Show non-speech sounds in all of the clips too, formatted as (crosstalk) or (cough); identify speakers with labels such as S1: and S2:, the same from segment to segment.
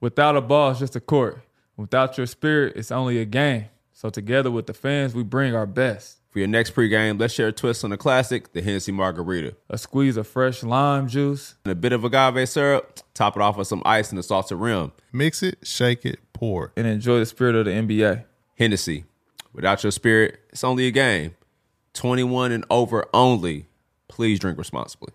S1: Without a ball, it's just a court. Without your spirit, it's only a game. So together with the fans, we bring our best.
S2: For your next pregame, let's share a twist on the classic, the Hennessy Margarita.
S1: A squeeze of fresh lime juice.
S2: And a bit of agave syrup, top it off with some ice and a salted rim.
S3: Mix it, shake it, pour.
S1: and enjoy the spirit of the NBA.
S2: Hennessy, without your spirit, it's only a game. 21 and over only. Please drink responsibly.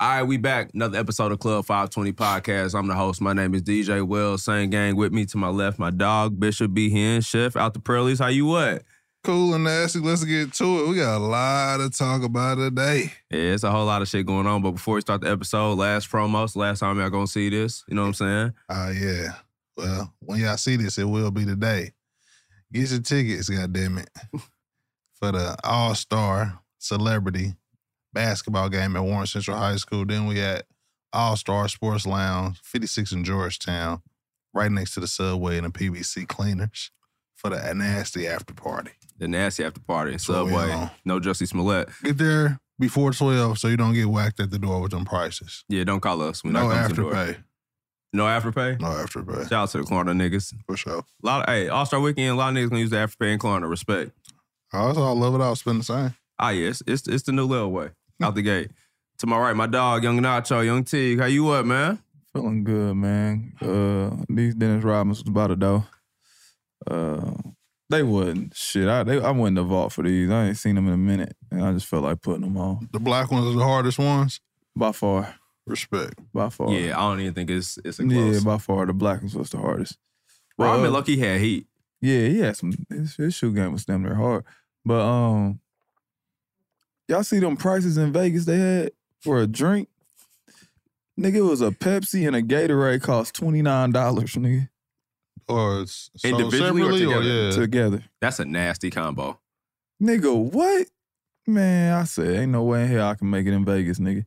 S2: All right, we back. Another episode of Club 520 Podcast. I'm the host. My name is DJ Wells. Same gang with me. To my left, my dog, Bishop B. Hen, Chef, out the Pearlies. How you what?
S3: Cool and nasty. Let's get to it. We got a lot to talk about today.
S2: Yeah, it's a whole lot of shit going on. But before we start the episode, last promos, last time y'all gonna see this. You know what I'm saying?
S3: Oh yeah. Well, when y'all see this, it will be today. Get your tickets, goddamn it, (laughs) for the All Star Celebrity Basketball Game at Warren Central High School. Then we at All Star Sports Lounge, 56 in Georgetown, right next to the subway and the PBC Cleaners for the nasty after party.
S2: The nasty after party,
S3: what we
S2: Subway,
S3: on.
S2: no Jussie Smollett.
S3: Get there before 12 so you don't get whacked at the door with them prices.
S2: Yeah, don't call us. We
S3: No
S2: not coming to the door.
S3: afterpay.
S2: No afterpay.
S3: No afterpay.
S2: Shout out to the corner niggas.
S3: For sure.
S2: A lot of hey, All Star Weekend, a lot of niggas gonna use the afterpay and corner. Respect.
S3: Also, I love it. I'll spend the same.
S2: Ah, yeah, it's it's, it's the new little way
S3: Hmm.
S2: out the gate. To my right, my dog, Young Nacho, Young Teague. How you up, man?
S1: Feeling good, man. Uh, these Dennis Rodmans was about to though. Uh, they wouldn't shit. I they, I went in the vault for these. I ain't seen them in a minute, and I just felt like putting them on.
S3: The black ones are the hardest ones.
S1: By far,
S3: Respect.
S1: by far.
S2: Yeah, I don't even think it's it's a
S1: yeah.
S2: close.
S1: By far, the black ones was the hardest. But,
S2: Rodman
S1: uh,
S2: Lucky had heat.
S1: Yeah, he had some. His, his shoe game was damn near hard. But um, y'all see them prices in Vegas they had for a drink. Nigga, it was a Pepsi and a Gatorade cost twenty nine dollars, nigga,
S3: Or it's so
S2: Individually or
S3: separately
S2: together?
S3: yeah.
S1: together.
S2: That's a nasty combo.
S1: Nigga, what? Man, I said, ain't no way in hell I can make it in Vegas, nigga.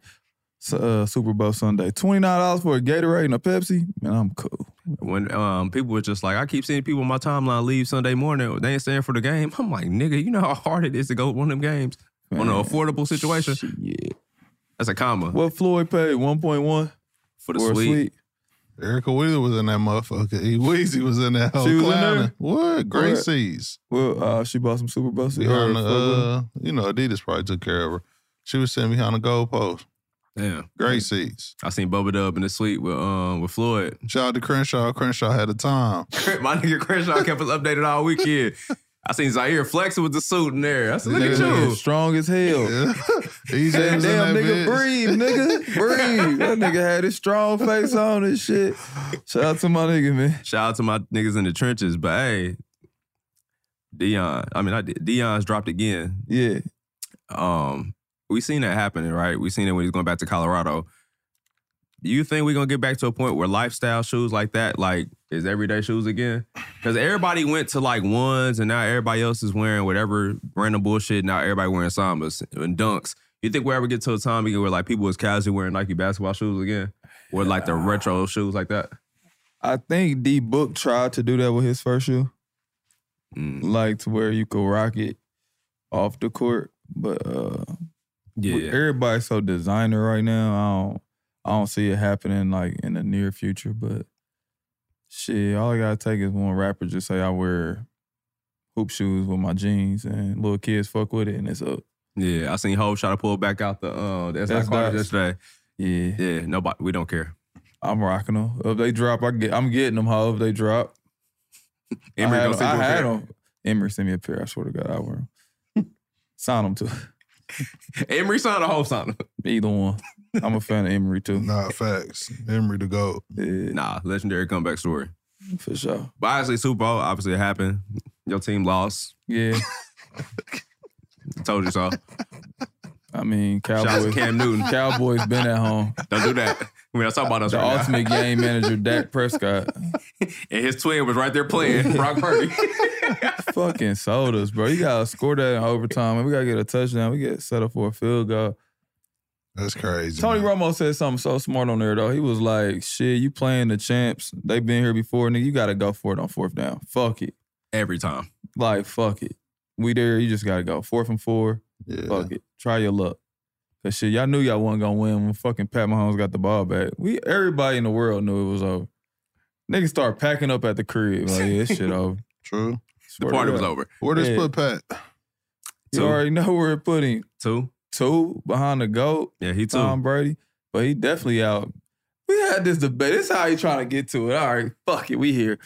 S1: So, uh, Super Bowl Sunday, twenty nine dollars for a Gatorade and a Pepsi. Man, I'm cool.
S2: When um people were just like, I keep seeing people on my timeline leave Sunday morning. They ain't staying for the game. I'm like, nigga, you know how hard it is to go to one of them games on an
S1: Man,
S2: affordable situation.
S1: Yeah.
S2: That's a comma
S1: What Floyd paid one point one
S2: for the
S1: for a
S2: suite.
S1: suite.
S3: Erica Wheeler was in that motherfucker. E Weezy was in that whole
S1: She was in
S3: clowning.
S1: there?
S3: What?
S1: What?
S3: Gracie's.
S1: Well, uh, she bought some Super Bowl. suite-
S3: Behind
S1: or
S3: the,
S1: Floyd-
S3: uh, you know, Adidas probably took care of her. She was sitting behind the goalpost.
S2: Damn.
S3: Gracie's.
S2: I seen Bubba Dub in the suite with um
S1: (laughs)
S2: with Floyd. (laughs)
S3: Shout out to Crenshaw. Crenshaw had a time.
S2: My nigga Crenshaw kept us updated all weekend. I seen Zaire flexing with the suit in there. I said, look at
S1: Nigga,
S2: you.
S1: nigga strong as hell.
S3: (laughs) Yeah. EJ
S1: Oh. Damn,
S3: was E in that
S1: nigga,
S3: bitch.
S1: breathe, nigga,
S2: (laughs)
S1: breathe. That nigga had his strong face on and shit. Shout out to my nigga, man.
S2: Shout out to my niggas in the trenches, but hey, Dion. I mean, I did, Dion's dropped again.
S1: Yeah,
S2: Um, we seen that happening, right? We seen it when he's going back to Colorado. Do you think we're gonna get back to a point where lifestyle shoes like that, like, is everyday shoes again? Because everybody went to like ones, and now everybody else is wearing whatever random bullshit. Now everybody wearing sambas and dunks. You think we will ever get to a time again where like people is casually wearing Nike basketball shoes again? with like the retro shoes like that.
S1: I think D Book tried to do that with his first shoe,
S2: Mm.
S1: like to where you could rock it off the court. But uh with
S2: Yeah,
S1: everybody's so designer right now. I don't I don't see it happening like in the near future, but shit, all I gotta take is one rapper just say I wear hoop shoes with my jeans and little kids fuck with it and it's up.
S2: yeah. I seen Hov try to pull back out the uh, that's
S1: That's
S2: not cars
S1: nice.
S2: yesterday.
S1: Yeah.
S2: Yeah, nobody. We don't care.
S1: I'm rocking them. If they drop, I get I'm getting them how if they drop.
S2: Emory
S1: I had,
S2: gonna
S1: 'em.
S2: send
S1: I
S2: you a
S1: had
S2: pair.
S1: 'em. Emory sent me a pair. I swear to God, I wear them.
S2: (laughs)
S1: Sign them too.
S2: Emory signed a whole sign.
S1: Either one. I'm a fan of Emory too.
S2: (laughs)
S3: Nah, facts. Emory the goat.
S1: Yeah,
S2: Nah, legendary comeback story.
S1: for sure.
S2: But obviously, Super Bowl obviously it happened. Your team lost.
S1: Yeah.
S2: Told
S1: (laughs)
S2: you so.
S1: I mean,
S2: Shout out to
S1: Cowboys.
S2: Cam Newton.
S1: Cowboys been at home.
S2: Don't do that. We're not talking about us.
S1: The
S2: right now.
S1: ultimate game manager, Dak Prescott.
S2: (laughs) And his twin was right
S1: (laughs)
S2: there playing Brock Purdy.
S1: Fucking sold us, bro. You gotta score that in overtime. And we gotta get a touchdown. We get set up for a field goal.
S3: That's crazy.
S1: Tony
S3: man.
S1: Romo said something so smart on there though. He was like, shit, you playing the champs. They've been here before, nigga. You gotta go for it on fourth down. Fuck it.
S2: Every time.
S1: Like, fuck it. We there, you just gotta go. Fourth and four.
S3: Yeah.
S1: Fuck it. Try your luck. Cause shit, y'all knew y'all wasn't gonna win when fucking Pat Mahomes got the ball back. We everybody in the world knew it was over. Niggas start packing up at the crib. Like, yeah, this
S2: (laughs)
S1: shit over.
S3: True.
S2: The
S1: Swear to
S2: party was
S1: God.
S2: over.
S3: Where does
S1: Yeah.
S3: put Pat?
S1: You
S2: Two.
S1: already (laughs) know where it put him.
S2: Two.
S1: Two behind the goat,
S2: Yeah, he too.
S1: Tom Brady. But he definitely out. We had this debate. This is how you trying to get to it. All right, fuck it. We here.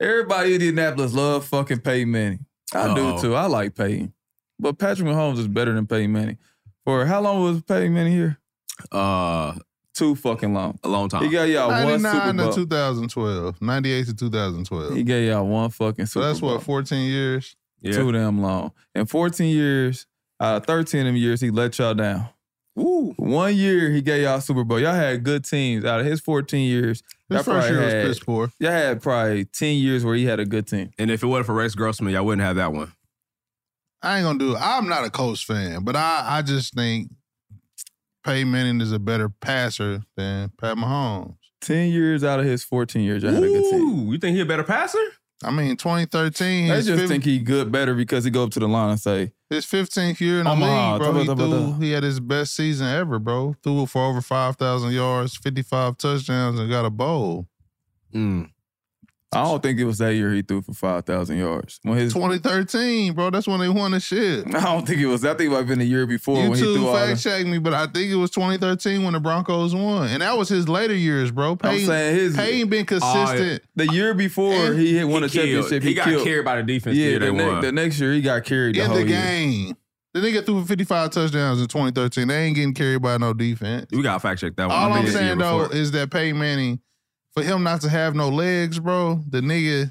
S1: Everybody in Indianapolis love fucking Peyton Manning. I
S2: Uh-oh.
S1: do too. I like Peyton. But Patrick Mahomes is better than Peyton Manning. For how long was Peyton Manning here?
S2: uh,
S1: Too fucking long.
S2: a long time.
S1: He got y'all one
S3: 99
S1: Super
S3: to
S1: Bowl.
S3: 2012. 98 to 2012.
S1: He gave y'all one fucking
S3: so
S1: Super
S3: that's
S1: Bowl.
S3: what, 14 years?
S2: yeah.
S1: Too damn long. And 14 years, out of 13 of them years, he let y'all down.
S2: Woo.
S1: One year he gave y'all Super Bowl. Y'all had good teams. Out of his 14 years,
S3: His
S1: That
S3: first
S1: probably
S3: year was
S1: had-
S3: piss poor.
S1: y'all had probably 10 years where he had a good team.
S2: And if it wasn't for Rex Grossman, y'all wouldn't have that one.
S3: I ain't gonna do it. I'm not a Colts fan, but I, I just think Peyton Manning is a better passer than Pat Mahomes.
S1: 10 years out of his 14 years, y'all had a good team.
S2: Ooh, you think he a better passer?
S3: I mean, 2013,
S1: They
S3: his,
S1: just
S3: fif-
S1: think he good better because he go up to the line and say,
S3: his 15th year in the
S1: Omaha,
S3: league, bro.
S1: talk
S3: He,
S1: about- talk about
S3: threw-
S1: that.
S3: he had his best season ever, bro. Threw for over 5,000 yards, 55 touchdowns, and got a bowl.
S2: Mm.
S1: I don't think it was that year he threw for 5,000 yards. When his,
S3: 2013, bro. That's when they won the shit.
S1: (laughs) I don't think it was. I think it might have been the year before
S3: You
S1: when he
S3: two
S1: threw all the,
S3: fact check me, but I think it was 2013 when the Broncos won, and that was his later years, bro.
S1: I'm
S3: Payne,
S1: saying his
S3: Payne been consistent.
S1: the year before
S3: And
S1: he hit won
S2: He
S1: a championship.
S2: killed. He, got
S1: killed.
S2: carried by the defense.
S1: Yeah,
S2: Yeah, they
S1: the, ne-
S2: won.
S1: the next year he got carried the
S3: in
S1: whole
S3: the
S1: year.
S3: game. The nigga threw for 55 touchdowns in 2013. They ain't getting carried by no defense.
S2: we got to fact check that one.
S3: All
S2: I
S3: I'm
S2: think it's the year
S3: saying though
S2: before.
S3: is that Peyton Manning, for him not to have no legs, bro, the nigga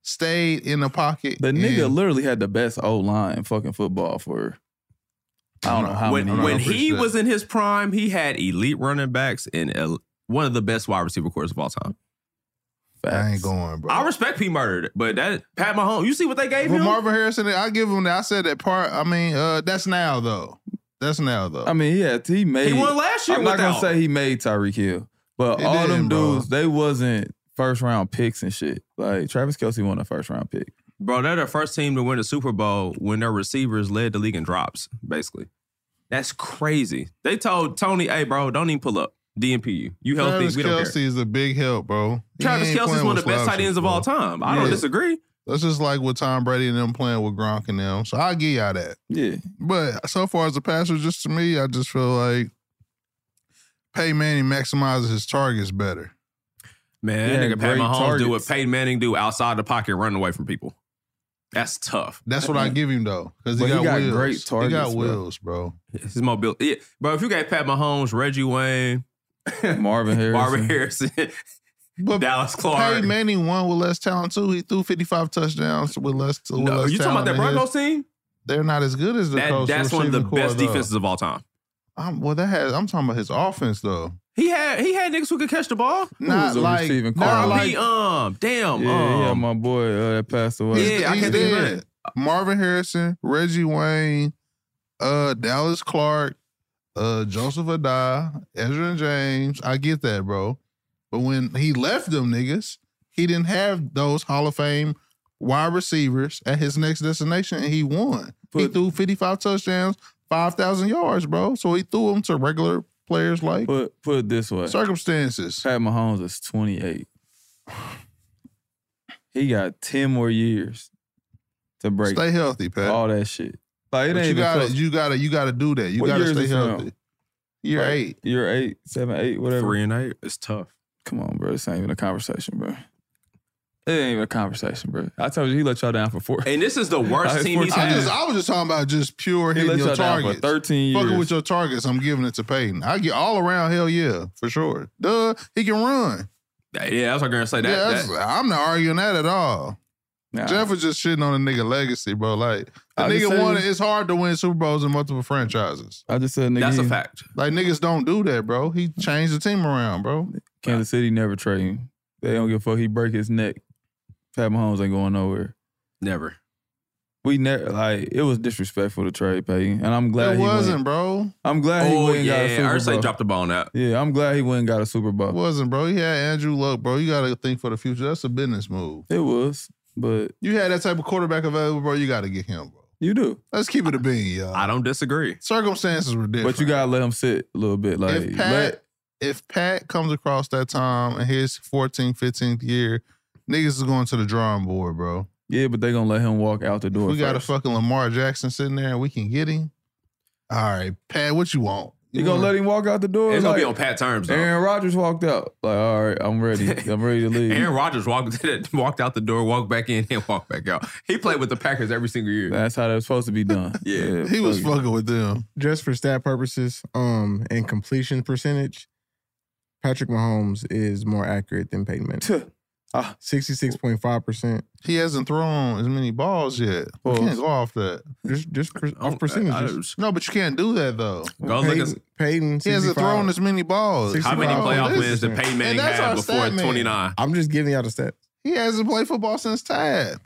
S3: stayed in the pocket.
S1: The nigga
S3: and-
S1: literally had the best O line in fucking football for I don't know how many.
S2: when, when
S1: years.
S2: he
S3: appreciate
S2: was in his prime, he had elite running backs and el- one of the best wide receiver cores of all time.
S3: I ain't
S1: Facts.
S3: going, bro.
S2: I respect P. Murder, but that Pat Mahomes, you see what they gave
S3: But
S2: him?
S3: Marvin Harrison, I give him that. I said that part. I mean, uh, that's now though. That's now though.
S1: I mean, yeah, he made.
S2: he won last year
S1: I'm not gonna
S2: without-
S1: say he made Tyreek Hill, but
S3: He
S1: all
S3: didn't,
S1: them
S3: bro.
S1: dudes they wasn't first round picks and shit. Like Travis Kelsey won a first round pick.
S2: Bro, they're the first team to win the Super Bowl when their receivers led the league in drops, basically. That's crazy. They told Tony, hey, bro, don't even pull up. DNP you. You healthy.
S3: Travis
S2: we don't
S3: Kelsey is a big help, bro. He
S2: care. Travis
S3: ain't
S2: Kelsey's
S3: playing
S2: one of
S3: with
S2: the best tight
S3: slouches,
S2: ends of
S3: bro.
S2: all time. I don't
S3: Yeah.
S2: disagree.
S3: That's just like with Tom Brady and them playing with Gronk and them. So I give y'all that.
S2: (laughs)
S1: Yeah,
S3: But so far as the passer, just to me, I just feel like Peyton Manning maximizes his targets better.
S2: Man,
S1: Yeah,
S2: that nigga Pat
S1: great
S2: Mahomes do what
S1: targets.
S2: Peyton Manning do outside the pocket, running away from people. That's tough.
S3: That's what
S2: (laughs)
S3: I give him though, because he,
S1: Mm-hmm. But he
S3: got
S1: got
S3: wheels.
S1: great
S3: He got
S1: targets, bro.
S3: wheels, bro.
S2: His mobility. Yeah. Bro, if you got Pat Mahomes, Reggie Wayne,
S1: Marvin Harrison.
S2: Marvin Harrison, (laughs)
S3: But
S2: Dallas Clark.
S3: Peyton Manning won with less talent too. He threw fifty-five touchdowns with less. With
S2: No,
S3: less
S2: you talking about
S3: talent
S2: that
S3: than
S2: Broncos
S3: his.
S2: team?
S3: They're not as good as the
S2: That,
S3: Colts
S2: that's one of the
S3: receiving
S2: best
S3: core, though.
S2: defenses of all time.
S3: I'm, well, that has. I'm talking about his offense though.
S2: He had he had niggas who could catch the ball.
S3: Not
S1: was a
S3: like,
S1: receiving
S3: not
S1: core?
S3: like
S2: he, um, damn,
S1: Yeah,
S2: um,
S1: yeah, my boy uh, that passed away.
S2: Yeah, I
S3: he's
S2: can't think of
S3: dead.
S2: none.
S3: Marvin Harrison, Reggie Wayne, uh, Dallas Clark, uh, Joseph Adai, Ezra and James. I get that, bro. But when he left them niggas, he didn't have those Hall of Fame wide receivers at his next destination, and he won. he
S1: But-
S3: threw 55 touchdowns, 5,000 yards, bro. So he threw them to regular players like
S1: Put put it this way.
S3: circumstances.
S1: Pat Mahomes is 28. He got 10 more years to break
S3: Stay healthy, Pat.
S1: all that shit. Like it ain't
S3: But you
S1: even
S3: gotta,
S1: close.
S3: you gotta, you gotta do that. You
S1: What
S3: gotta
S1: year is
S3: stay
S1: this now?
S3: healthy. You're
S1: Like,
S3: eight.
S1: You're eight, seven, eight, whatever.
S2: Three and eight. It's tough.
S1: Come on, bro. This ain't even a conversation, bro. It ain't even a conversation, bro. I told you he let y'all down for four.
S2: And this is the
S1: All
S2: worst
S1: right,
S2: team he's
S3: I
S1: Yeah.
S3: just,
S2: had.
S3: I was just talking about just
S1: (laughs)
S3: pure
S1: He
S3: hitting
S1: let
S3: your
S1: y'all down for
S3: targets.
S1: 13 years.
S3: Fucking with your targets, I'm giving it to Peyton. I get all around. Hell yeah, for sure. Duh, he can run.
S2: Yeah, that's what I'm gonna say. That,
S3: yeah,
S2: that-
S3: that's- I'm not arguing that at all.
S1: Nah.
S3: Jeff was just shitting on the nigga legacy, bro. Like the
S1: I just
S3: nigga
S1: said-
S3: won. It's hard to win Super Bowls in multiple franchises.
S1: I just said, nigga,
S2: that's a
S1: he-
S2: fact.
S3: Like niggas don't do that, bro. He changed the team around, bro.
S1: Kansas City never trade him. They don't give a fuck. He break his neck. Pat Mahomes ain't going nowhere.
S2: Never.
S1: We never like it was disrespectful to trade Peyton, and I'm glad
S3: It
S1: he went.
S3: wasn't, bro.
S1: I'm glad he
S2: oh
S1: went and got a
S2: yeah,
S1: Super
S2: Ursay
S1: Bowl.
S2: dropped the ball on that.
S1: Yeah, I'm glad he went and got a Super
S3: It
S1: Bowl.
S3: wasn't, bro. He had Andrew Luck, bro. You gotta think for the future. That's a business move.
S1: It was, but
S3: You had that type of quarterback available, bro. You gotta get him, bro.
S1: you do.
S3: Let's keep it a bean, y'all.
S2: I don't disagree.
S3: Circumstances were different.
S1: But you gotta let him sit a little bit. Like
S3: if Pat
S1: let-
S3: if Pat comes across that time in his 14th, 15th year, niggas is going to the drawing board, bro.
S1: yeah, but they gonna let him walk out the
S3: If
S1: door.
S3: we got a
S1: first.
S3: fucking Lamar Jackson sitting there and we can get him. All right, Pat, what you want?
S1: You gonna let him walk out the door?
S2: It's gonna be
S1: Like,
S2: on Pat terms though.
S1: Aaron Rodgers walked out. Like, all right, I'm ready. I'm ready to leave.
S2: Aaron Rodgers walked (laughs) walked out the door, walked back in, (laughs) and walked back out. He played with the Packers every single year.
S1: That's how that was supposed to be done.
S2: Yeah.
S3: He was
S1: fuck it.
S3: fucking with them.
S4: just for stat purposes, um, and completion percentage, Patrick Mahomes is more accurate than Peyton Manning.
S1: Ah,
S4: Sixty-six point five percent.
S3: He hasn't thrown as many balls yet. We
S1: Pause.
S3: can't go off that.
S4: Just, just per,
S2: I don't-
S4: off percentages.
S3: No, but you can't do that though.
S2: I- go look at
S4: Peyton, Peyton
S3: He hasn't
S4: 65.
S3: thrown as many balls.
S2: how many
S4: 65.
S2: playoff
S4: This-
S2: wins did Peyton Manning
S3: And that's
S2: have
S3: our
S2: before
S3: stat man.
S2: 29?
S4: I'm just giving y'all the stats.
S3: He hasn't played football since Tad.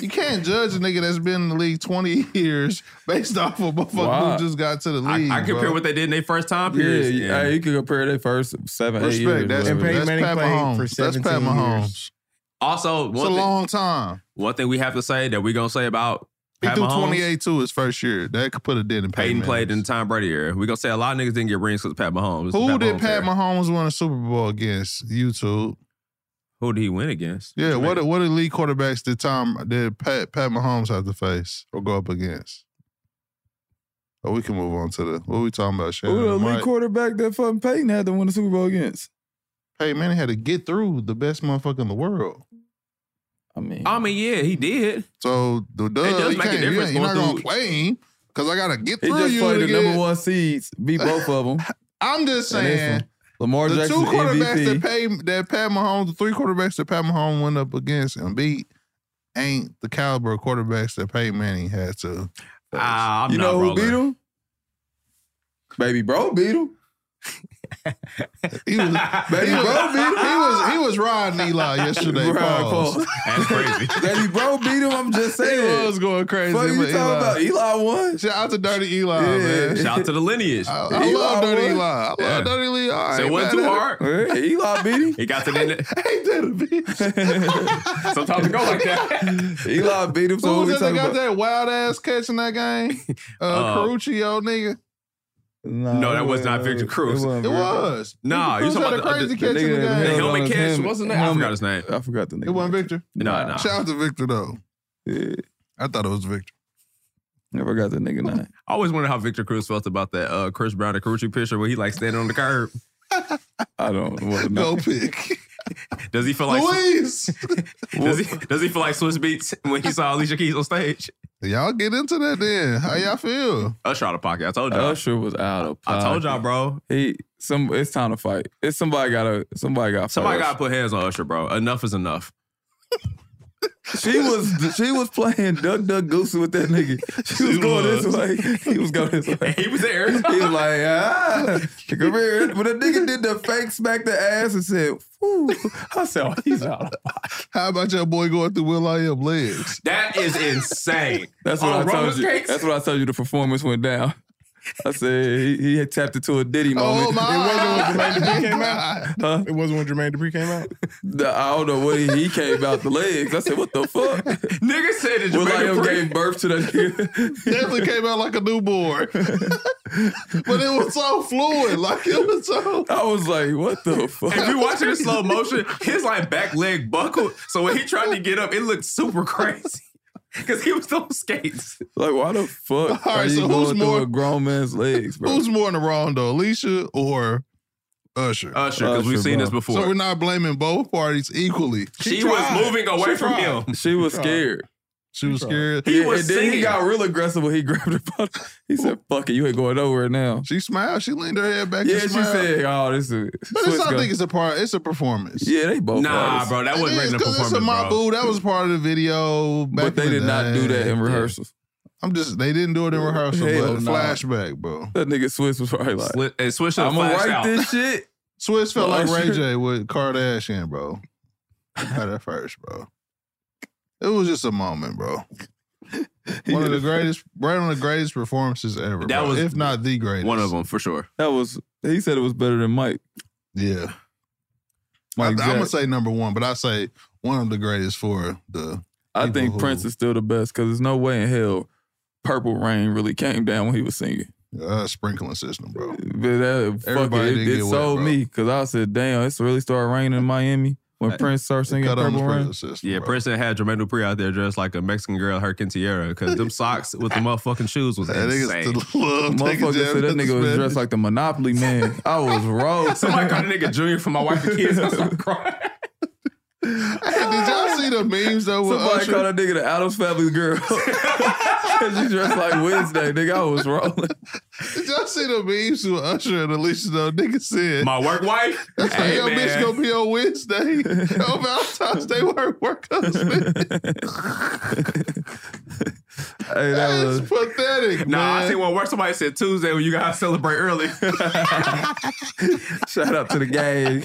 S3: You can't judge a nigga that's been in the league 20 years based off of a fuck
S1: Wow.
S3: who just got to the
S2: I,
S3: league.
S2: I compare
S3: bro.
S2: what they did in their first time
S1: yeah,
S2: period.
S1: yeah. Hey, you can compare their first seven, eight years.
S3: Respect. That's,
S4: And
S1: whatever.
S4: Peyton
S3: that's
S4: Manning
S3: Pat
S4: played
S3: Mahomes.
S4: for
S3: that's Pat
S4: 17
S3: Mahomes.
S4: years.
S2: Also,
S3: It's a
S2: one thing,
S3: long time.
S2: one thing we have to say that we're gonna say about
S3: He
S2: Pat
S3: threw
S2: Mahomes,
S3: 28 too his first year. That could put a dent in Peyton.
S2: Peyton played in
S3: Manning's.
S2: the Tom Brady era. We're gonna say a lot of niggas didn't get rings because Pat Mahomes. It's
S3: Who
S2: Pat
S3: did
S2: Mahomes
S3: Pat
S2: era.
S3: Mahomes win a Super Bowl against? YouTube.
S2: Who did he win against?
S3: Yeah. What
S2: a,
S3: what elite quarterbacks did Tom did Pat Pat Mahomes have to face or go up against? Oh, we can move on to the what we talking about. Shannon?
S1: Who the elite
S3: Mike?
S1: quarterback that fucking Peyton had to win the Super Bowl against?
S3: Peyton Manning had to get through the best motherfucker in the world.
S1: I mean,
S2: I mean, yeah, he did.
S3: So the duh,
S2: does
S3: you
S2: make a
S3: can't- you
S2: difference
S3: ain't- You're not
S2: going
S3: gonna
S2: through-
S3: play him because I gotta get
S1: he
S3: through
S1: just
S3: you.
S1: played the
S3: to
S1: number
S3: get-
S1: one seeds, beat both of them.
S3: (laughs) I'm just
S1: And this
S3: saying.
S1: one. Lamar
S3: the
S1: Jackson
S3: two
S1: MVP.
S3: quarterbacks that pay, that Pat Mahomes, the three quarterbacks that Pat Mahomes went up against and beat, ain't the caliber of quarterbacks that Peyton Manning had to.
S2: Ah, I'm
S1: you
S2: not
S1: know who
S2: rolling.
S1: beat him? Baby, bro, beat him.
S3: He
S2: (laughs)
S3: was,
S1: Baby,
S3: he
S1: bro,
S3: was,
S1: beat him.
S3: he was, he was riding
S1: (laughs)
S3: Eli yesterday.
S1: Brian
S3: pause.
S1: Paul.
S2: That's crazy.
S3: (laughs)
S1: Baby, bro, beat him. I'm just
S3: He
S1: saying.
S3: was going crazy.
S1: What are you
S3: with
S1: talking
S3: Eli.
S1: about? Eli won.
S3: Shout out to Dirty Eli,
S1: Yeah.
S3: man.
S2: Shout out to the lineage.
S3: I, I
S1: Eli
S3: love Dirty
S1: won.
S3: Eli. I love
S2: Yeah.
S3: Dirty Eli. I
S2: so it
S3: ain't
S2: wasn't too
S3: mad at
S2: hard.
S3: it.
S1: Yeah, Eli
S3: (laughs)
S1: beat
S2: He got to the end.
S3: I hate that bitch.
S2: Sometimes it go like that.
S1: him. (laughs) Eli beat him. So
S3: Who
S1: what
S3: was
S1: we
S3: that that
S1: talking
S3: got
S1: about?
S3: that wild ass catch in that game? Uh,
S2: Uh,
S3: Carucci, old nigga.
S1: Nah,
S2: No, that
S1: it
S2: was
S1: wasn't-
S2: not Victor Cruz.
S1: It wasn't
S3: It
S1: Victor.
S3: was.
S2: Nah,
S3: Victor
S2: you
S3: Cruz
S2: talking
S3: had
S2: about
S3: a
S2: the-
S3: crazy
S1: the
S3: catch in
S1: nigga
S3: the
S1: that
S2: The
S1: held on
S3: game.
S1: his
S2: helmet catch.
S1: helmet.
S2: What's his name? I
S1: Helmet.
S2: forgot his name.
S1: I forgot the nigga.
S3: It wasn't Victor.
S2: No, no.
S3: Shout out to Victor though.
S1: Yeah,
S3: I thought it was Victor.
S1: I forgot the nigga name.
S2: I always wonder how Victor Cruz felt about that uh, Chris Brown and Carucci picture where he like standing on the curb.
S1: I don't. Well,
S3: Go
S1: no.
S3: pick. (laughs)
S2: Does he feel like
S3: Luis.
S2: does he does he feel like Swiss Beats when he saw Alicia Keys on stage?
S3: y'all get into that then. How y'all feel?
S2: Usher out of pocket. I told y'all.
S1: Usher was out of.
S2: I told
S1: pocket.
S2: y'all, bro.
S1: He some. It's time to fight. It's somebody got to. Somebody got.
S2: Somebody got to put hands on Usher, bro. Enough
S1: (laughs)
S2: is enough.
S1: She was she was playing duck duck goose with that nigga. She was
S2: She
S1: going
S2: was.
S1: this way. He was going this way.
S2: And he was there.
S1: He was like, ah, come here. When the nigga did the fake smack the ass and said, "Whew," I said, oh, he's out.
S3: How about your boy going through Will I Am legs?
S2: That is insane.
S1: That's what I
S2: On
S1: told
S2: roller
S1: you.
S2: skates?
S1: That's what I told you. The performance went down.
S5: I said he, he had tapped into a Diddy moment.
S3: Oh my!
S6: wasn't when Jermaine Dupri
S3: (laughs)
S6: came
S3: out.
S5: Huh?
S6: It wasn't when Jermaine Dupri came out.
S5: The- I don't know what he, he came out the legs. I said, what the fuck?
S2: Nigga said it's
S5: Will I
S2: Jermaine
S5: have
S2: Dupri.
S5: gave birth to that nigga?
S3: (laughs) Definitely came out like
S6: (laughs)
S3: a newborn, (laughs) but it was so fluid. Like it was so.
S5: (laughs) I was like, what the
S2: If
S5: fuck?
S2: you watch it in slow motion, his like back leg buckled. So when he tried to get up, it looked super crazy. (laughs) Cause he was on skates.
S5: Like, why the fuck
S3: All
S5: are
S3: right,
S5: you
S3: so who's
S5: going through
S3: more-
S5: a grown man's legs, bro?
S3: Who's more in the wrong though, Alicia or Usher?
S5: Uh,
S2: Usher, because we've
S5: Usher,
S2: seen
S5: bro.
S2: this before.
S3: so we're not blaming both parties equally.
S2: she
S3: tried.
S2: was moving away
S3: She
S2: from
S3: tried.
S2: him.
S5: she was scared.
S3: She was scared.
S2: He was
S5: and then he
S2: singing.
S5: got real aggressive when he (laughs) grabbed her by the- He said, fuck it, you ain't going nowhere now.
S3: She smiled. She leaned her head back.
S5: Yeah,
S3: and
S5: she
S3: smiled.
S5: said, oh, this is.
S3: But it's,
S5: Swiss
S3: I
S5: got-
S3: think it's a part. It's a performance.
S5: yeah, they both.
S2: Nah,
S5: artists.
S2: bro, that
S3: It
S2: wasn't
S3: is,
S2: regular
S3: 'cause
S2: performance.
S3: It's a my
S2: bro.
S3: boo. That was part of the video. Back
S5: But they
S3: in the
S5: did not do that
S3: day.
S5: in rehearsals.
S3: I'm just. They didn't do it in rehearsal.
S5: Hell
S3: but
S5: nah.
S3: flashback, bro.
S5: That nigga Swiss was probably like,
S2: Sli- and switch to
S5: I'm gonna
S2: flash
S5: write (laughs)
S2: out.
S5: this shit.
S3: Swiss felt
S5: Well,
S3: like Ray
S5: sure.
S3: J with Kardashian, bro. At her first, bro. It was just a moment, bro. (laughs) One (laughs) of the greatest, right one of the greatest performances ever.
S2: That
S3: bro.
S2: was
S3: if not the greatest.
S2: One of them for sure.
S5: That was. He said it was better than Mike.
S3: Yeah.
S5: Mike
S3: I, am gonna
S5: Jack.
S3: say number one, but I say one of the greatest for the.
S5: I
S3: people
S5: think
S3: who-
S5: Prince is still the best because there's no way in hell Purple Rain really came down when he was singing.
S3: Uh, sprinkling system, bro.
S5: But that fuck
S3: Everybody
S5: it,
S3: didn't
S5: it, it
S3: get wet,
S5: sold
S3: bro.
S5: me because I said, "Damn, it's really started raining in
S3: (laughs)
S5: Miami when
S2: Hey,
S5: Prince started singing
S3: Cut on the
S5: Purple Rain."
S3: sprinkler system.
S2: Yeah,
S3: bro.
S2: Prince had had Jermaine Dupri out there dressed like a Mexican girl, her Quintiera, because them socks with the motherfucking shoes was
S3: That nigga
S2: insane.
S3: still love taking
S5: Motherfucker
S3: jabs
S5: said that
S3: at the
S5: nigga was
S3: Spanish.
S5: dressed like the Monopoly man. I was wrong.
S2: (laughs) Somebody
S5: (laughs)
S2: called a nigga Junior for my wife and kids. I started crying.
S3: Hey, did y'all see the memes though?
S5: (laughs)
S3: With
S5: Somebody
S3: Usher?
S5: called that nigga the Adams Family girl. (laughs) Cause she dressed like Wednesday, nigga. I was wrong.
S3: Did y'all see the memes with Usher and Alicia though? Nigga said,
S2: My
S5: (laughs)
S2: work wife.
S3: "That's
S2: Hey,
S3: how your
S2: man.
S3: bitch gonna be on Wednesday on Valentine's Day work work husband."
S5: Hey, that
S3: That's
S5: was
S3: pathetic,
S2: Nah, I
S3: man.
S2: seen one where somebody said Tuesday when (laughs) you gotta celebrate early.
S5: (laughs) shout out to the gang.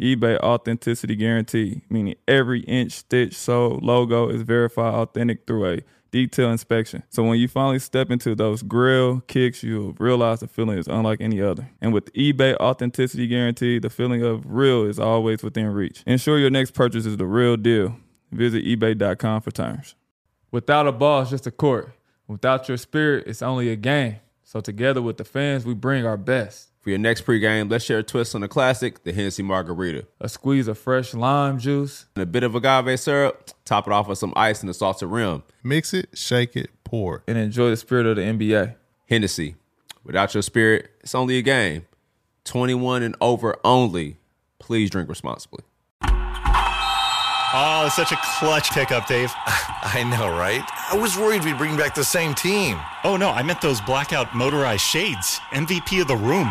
S1: eBay authenticity guarantee, meaning every inch, stitch, sole, logo is verified authentic through a detailed inspection. So when you finally step into those grill kicks, you'll realize the feeling is unlike any other. And with eBay authenticity guarantee, the feeling of real is always within reach. Ensure your next purchase is the real deal. Visit ebay.com for terms. Without a ball, it's just a court. Without your spirit, it's only a game. So together with the fans, we bring our best.
S2: (laughs) For your next pregame, let's share a twist on the classic, the Hennessy Margarita.
S1: a squeeze of fresh lime juice.
S2: And a bit of agave syrup, top it off with some ice and a salted rim.
S3: Mix it, shake it, pour.
S1: And enjoy the spirit of the NBA. (laughs)
S2: Hennessy. Without your spirit, it's only a game. 21 and over only. Please drink responsibly.
S7: Oh, it's such a clutch pickup, Dave.
S8: (laughs) I know, right? I was worried we'd bring back the same team.
S7: Oh, no, I meant those blackout motorized shades. MVP of the room.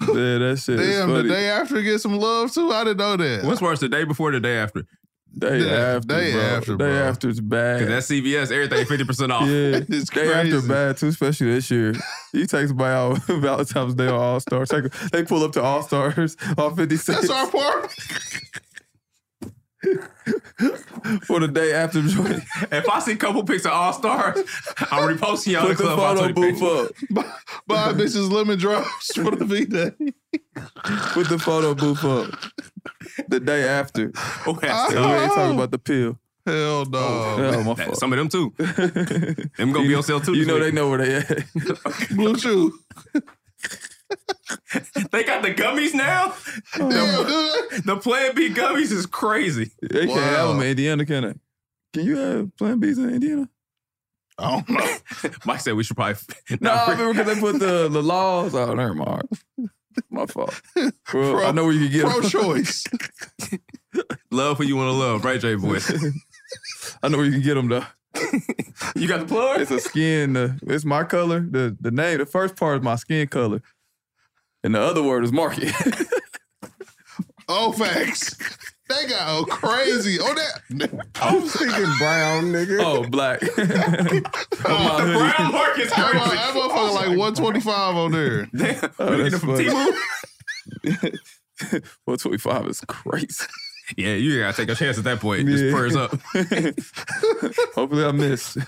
S1: Yeah, that shit.
S3: Damn, the day after get some love too. I didn't know that.
S2: What's worse, the day before, or the day after?
S1: Day
S3: Yeah,
S1: after,
S3: day
S1: bro.
S3: after,
S1: day
S3: bro.
S1: after is bad.
S2: Cause that's CVS. (laughs) Everything fifty percent off.
S1: (laughs) yeah,
S3: It's
S1: day after
S3: crazy.
S1: bad too, especially this year. You take somebody out (laughs) Valentine's Day on All Stars. Take- They pull up to All Stars (laughs) on
S2: (laughs)
S1: Fifty Six
S3: (laughs) That's our part. (laughs)
S1: for the day after joint.
S2: If I see couple pics of all stars, (laughs) I'm reposting y'all
S1: Put
S2: the
S1: the
S2: club. I'll
S1: photo
S2: take the
S1: booth
S2: picture.
S1: up.
S3: Buy bitches lemon drops for the V Day.
S1: Put the photo booth up. The day
S2: (laughs)
S1: after.
S2: Oh, that's
S1: And we ain't
S3: Oh.
S1: talking about the pill.
S3: Hell no.
S1: Oh, my
S2: that-
S1: fault.
S2: Some of
S1: (laughs)
S2: them too. Them gonna be on sale too.
S1: You
S2: this
S1: know they
S2: week.
S1: know where they at.
S3: Blue chew.
S2: (laughs) they got the gummies now.
S3: Damn,
S2: the,
S3: dude.
S2: the Plan B gummies is crazy.
S1: They can't have
S3: Wow.
S1: them in Indiana, can they? Can you have Plan B's in Indiana?
S3: I don't know.
S2: (laughs) Mike said we should probably (laughs)
S1: No,
S2: Nah,
S1: I remember because they put the, the laws out. Never mind. My fault. Well, I know where you can
S3: Pro
S1: get them.
S3: choice.
S2: love who you want to love, right, J boy?
S1: (laughs) I know where you can get them though.
S2: (laughs) you got the plug.
S1: It's a skin. Uh, it's my color. The the name. The first part is my skin color, and the other word is
S3: (laughs)
S1: market. (laughs)
S3: Oh, facts. They got oh, crazy. Oh, that. (laughs)
S2: Oh,
S4: I'm thinking brown, nigga.
S1: oh, black. (laughs) On my hoodie.
S2: Brown market's
S3: That
S2: crazy. Oh,
S3: mother- that motherfucker like 125 on there.
S2: (laughs) Damn,
S1: Oh,
S2: we get
S1: that's
S2: it from
S1: funny.
S2: Temu.
S1: (laughs) 125 is
S2: (laughs)
S1: crazy.
S2: Yeah, you gotta take a chance at that point. Just
S1: Yeah.
S2: prayers up.
S1: Hopefully, I missed.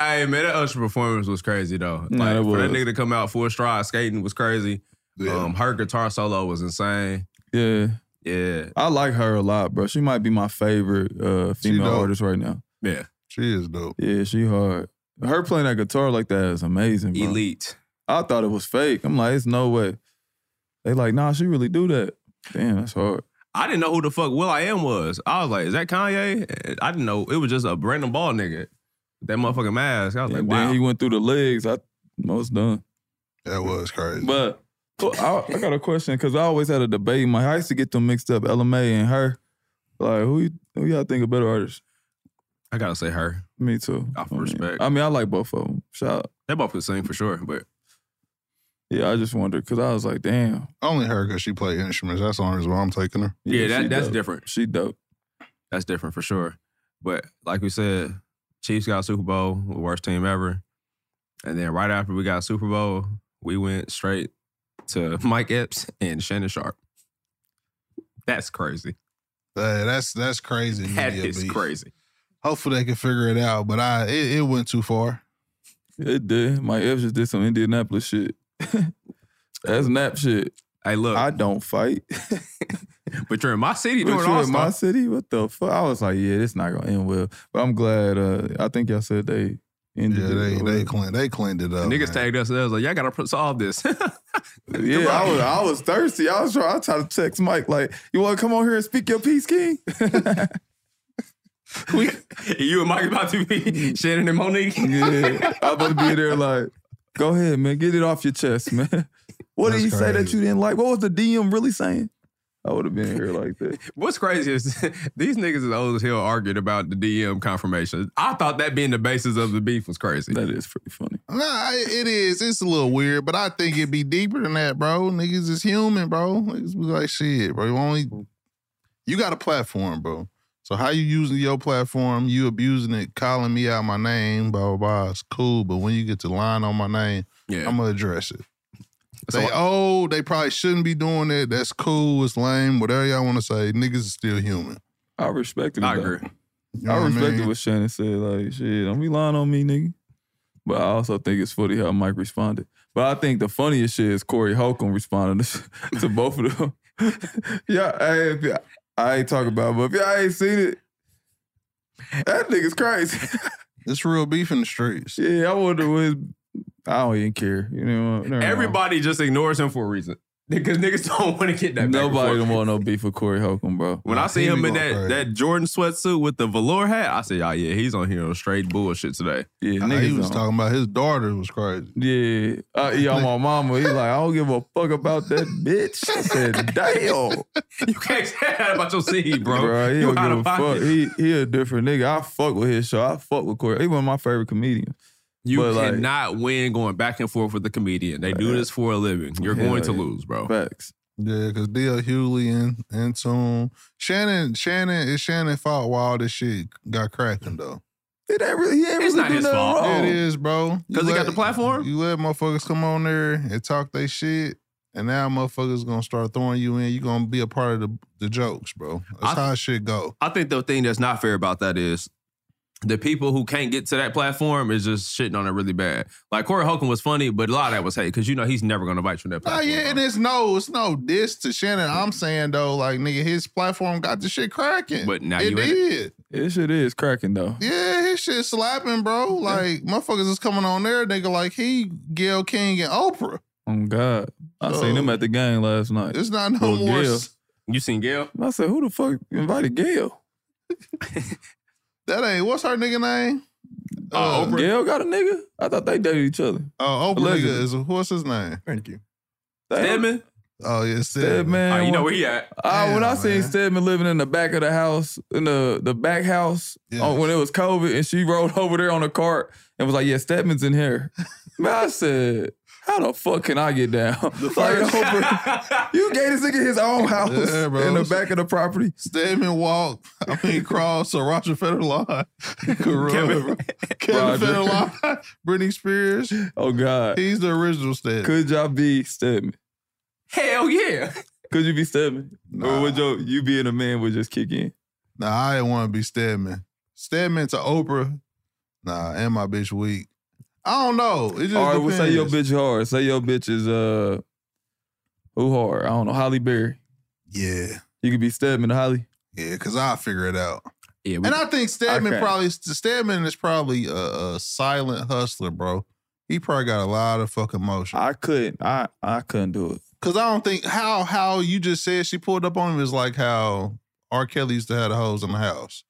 S2: Hey man, that Usher performance was crazy though.
S1: Nah,
S2: like
S1: it
S2: for that
S1: was.
S2: nigga to come out full stride skating was crazy. Um, her guitar solo was insane.
S1: (laughs) yeah,
S2: Yeah,
S1: I like her a lot, bro. She might be my favorite uh, female
S3: dope.
S1: artist right now.
S2: yeah,
S3: She is dope.
S1: Yeah, she hard. Her playing that guitar like that is amazing, bro.
S2: elite.
S1: I thought it was fake. I'm like, it's no way. They like, nah, she really do that. Damn, that's hard.
S2: I didn't know who the fuck Will I Am was. I was like, is that Kanye? I didn't know. It was just a Brandon Ball nigga. That motherfucking mask. I was like,
S1: and
S2: wow.
S1: then he went through the legs. I, I was done.
S3: That was crazy.
S1: But well, I, I got a question because I always had a debate. My I used to get them mixed up, LMA and her. Like, who you, who y'all think a better artist?
S2: I gotta say her.
S1: Me too.
S2: Off of
S1: I mean-
S2: respect.
S1: I mean, I like both of them. Shout.
S2: That motherfucker sing for sure, but
S1: Yeah, I just wondered because I was like, damn.
S3: Only her because she played instruments. That's the only reason why I'm taking her.
S2: yeah,
S1: she
S2: that, that's
S1: dope.
S2: different.
S1: She dope.
S2: That's different for sure. But like we said, Chiefs got Super Bowl, worst team ever. And then right after we got Super Bowl, we went straight to (laughs) Mike Epps and Shannon Sharp. That's crazy.
S3: Uh, that's that's crazy.
S2: That
S3: media
S2: is
S3: beef.
S2: crazy.
S3: Hopefully they can figure it out, but I it, it went too far.
S1: It did. My Epps just did some Indianapolis shit. that's nap shit.
S2: Hey, look,
S1: I don't fight.
S2: (laughs) but you're in my
S1: (laughs)
S2: city
S1: But
S2: doing
S1: you
S2: all
S1: in my
S2: stuff.
S1: city? What the fuck? I was like, yeah, this not gonna end well. But I'm glad. Uh, I think y'all said they ended.
S3: Yeah,
S1: it or
S3: they they
S1: whatever.
S3: cleaned they cleaned it up.
S2: Niggas
S3: man.
S2: tagged us. And I was like, y'all gotta pr- solve this. (laughs)
S1: Yeah, I was I was thirsty. I was trying, I tried to text Mike like, "You want to come on here and speak your piece, King?"
S2: We- (laughs) you and Mike about to
S1: (laughs)
S2: be Shannon and Monique.
S1: yeah, I'm about to be there like, "Go ahead, man, get it off your chest, (laughs) man." What
S3: That's
S1: did he say that
S3: crazy.
S1: you didn't like? What was the DM really saying? I would have been here like
S3: (laughs)
S1: that.
S2: What's crazy is (laughs) these niggas is old as hell argued about the DM confirmation. I thought that being the basis of the beef was crazy.
S1: That is pretty funny.
S3: Nah, it- it is. It's a little weird, but I think it'd be deeper than that, bro. Niggas is human, bro. Niggas be like, shit, bro. You only you got a platform, bro. So how you using your platform? You abusing it, calling me out my name, blah blah blah. It's cool, but when you get to line on my name,
S2: yeah.
S3: I'm gonna address it.
S2: So
S3: Say,
S2: I-
S3: oh, they probably shouldn't be doing it. That's cool. It's lame. Whatever y'all want to say, niggas is still human.
S1: I respect it.
S2: I
S1: though.
S2: agree.
S3: You know
S1: I
S3: what
S1: respected
S3: mean?
S1: what Shannon said. Like, shit, don't be lying on me, nigga. But I also think it's funny how Mike responded. But I think the funniest shit is Corey Holcomb responding (laughs) to, to both of them. (laughs) yeah, hey, if y'all- I ain't talking about, it, but if y'all ain't seen it, that nigga's crazy.
S3: It's real beef in the streets.
S1: yeah, I wonder what. I don't even care. You know, what? Never mind.
S2: Everybody just ignores him for a reason. Because niggas (laughs) don't want to get that. back and
S1: Nobody
S2: forth.
S1: don't want no beef with Corey Holcomb, bro.
S2: When I see
S3: He
S2: him in
S3: going
S2: that
S3: crazy.
S2: that Jordan sweatsuit with the velour hat, I say, oh yeah, he's on here on straight bullshit today. (laughs)
S1: Yeah,
S3: I know
S1: niggas
S3: he was
S1: don't.
S3: talking about his daughter was crazy.
S1: Yeah, uh,
S2: (laughs)
S1: yeah, my mama. He's like, I don't give a fuck about that bitch. I
S2: (laughs)
S1: said, damn,
S2: You can't say that about your seed, bro.
S1: Bruh, he
S2: you
S1: don't
S2: out
S1: give
S2: of
S1: a
S2: pocket.
S1: fuck. He he a different nigga. I fuck with his show. I fuck with Corey. He one of my favorite comedians.
S2: You
S1: But, like-
S2: cannot win going back and forth with the comedian. They do this for a living. You're
S1: Hell
S2: going to
S1: yeah.
S2: lose, bro.
S1: Facts.
S3: Yeah, because Dale Hewley and and Tune Shannon Shannon is Shannon fault why all this shit got cracking though.
S1: It ain't really. He ain't
S2: It's
S1: really
S2: not
S1: do
S2: his
S1: nothing
S2: fault.
S1: wrong.
S3: It is, bro. You
S2: Oh. 'Cause he got
S3: let-
S2: the platform?
S3: You let motherfuckers come on there and talk they shit, and now motherfuckers gonna start throwing you in. You gonna be a part of the, the jokes, bro. That's
S2: I-
S3: how shit go.
S2: I think the thing that's not fair about that is the people who can't get to that platform is just shitting on it really bad. Like Corey Holcomb was funny, but a lot of that was hate because you know he's never going to bite you in that
S3: Nah,
S2: platform.
S3: yeah, and
S2: bro.
S3: it's no, it's no diss to Shannon. I'm saying though, like nigga, his platform got the shit cracking.
S2: But now
S3: it
S2: you in it.
S3: did.
S1: It shit is cracking though.
S3: Yeah, his shit slapping, bro. Like motherfuckers is coming on there, nigga. Like he, Gail King and Oprah.
S1: Oh God, I seen him at the game last night.
S3: It's not no
S1: Well,
S3: more.
S1: Gail.
S3: s-
S2: you seen Gail?
S1: I said, who the fuck invited Gail?
S3: That ain't what's her nigga name?
S2: Uh, Oprah.
S1: Gail got a nigga. I thought they dated each other.
S3: Oh, Oprah
S1: Allegedly.
S3: nigga is what's his name?
S4: Thank you.
S1: They-
S2: Stedman?
S3: Oh yeah, Stedman.
S1: Stedman.
S2: Oh, you know
S1: Uh, one-
S2: where he at?
S1: Uh, when I
S3: Damn,
S1: seen
S3: man.
S1: Stedman living in the back of the house, in the the back house,
S3: Yes.
S1: uh, when it was COVID, and she (laughs) rode over there on a cart and was like, "Yeah, Stedman's in here." Man, I said, "How the fuck can I get down?" (laughs) like,
S3: first- (laughs)
S1: over- you gave this nigga his own house
S3: Yeah, bro.
S1: (laughs) in the back of the property.
S3: Stedman walked. (laughs) I mean, crossed so Roger Federline, (laughs) Kevin,
S2: Kevin-
S3: Kevin
S1: Roger.
S3: Federline, Britney Spears.
S1: (laughs) Oh God,
S3: He's the original Stedman.
S1: could y'all be Stedman?
S2: Hell yeah.
S1: Could you be Stedman,
S3: Nah.
S1: or would your, you being a man would just kick in?
S3: Nah, I didn't want to be Stedman. Stedman to Oprah. Nah, and my bitch weak. I don't know. It just
S1: All right, well, say your
S3: depends.
S1: bitch hard. Say your bitch is uh, who hard? I don't know. Holly Berry.
S3: Yeah.
S1: You could be Stedman, to Holly.
S3: Yeah, cause I'll figure it out.
S2: Yeah, we,
S3: And I think Stedman
S1: Okay.
S3: probably Stedman is probably a, a silent hustler, bro. He probably got a lot of fucking motion.
S1: I couldn't. I I couldn't do it.
S3: Cause I don't think how how you just said she pulled up on him is like how R. Kelly used to have the hoes in the house.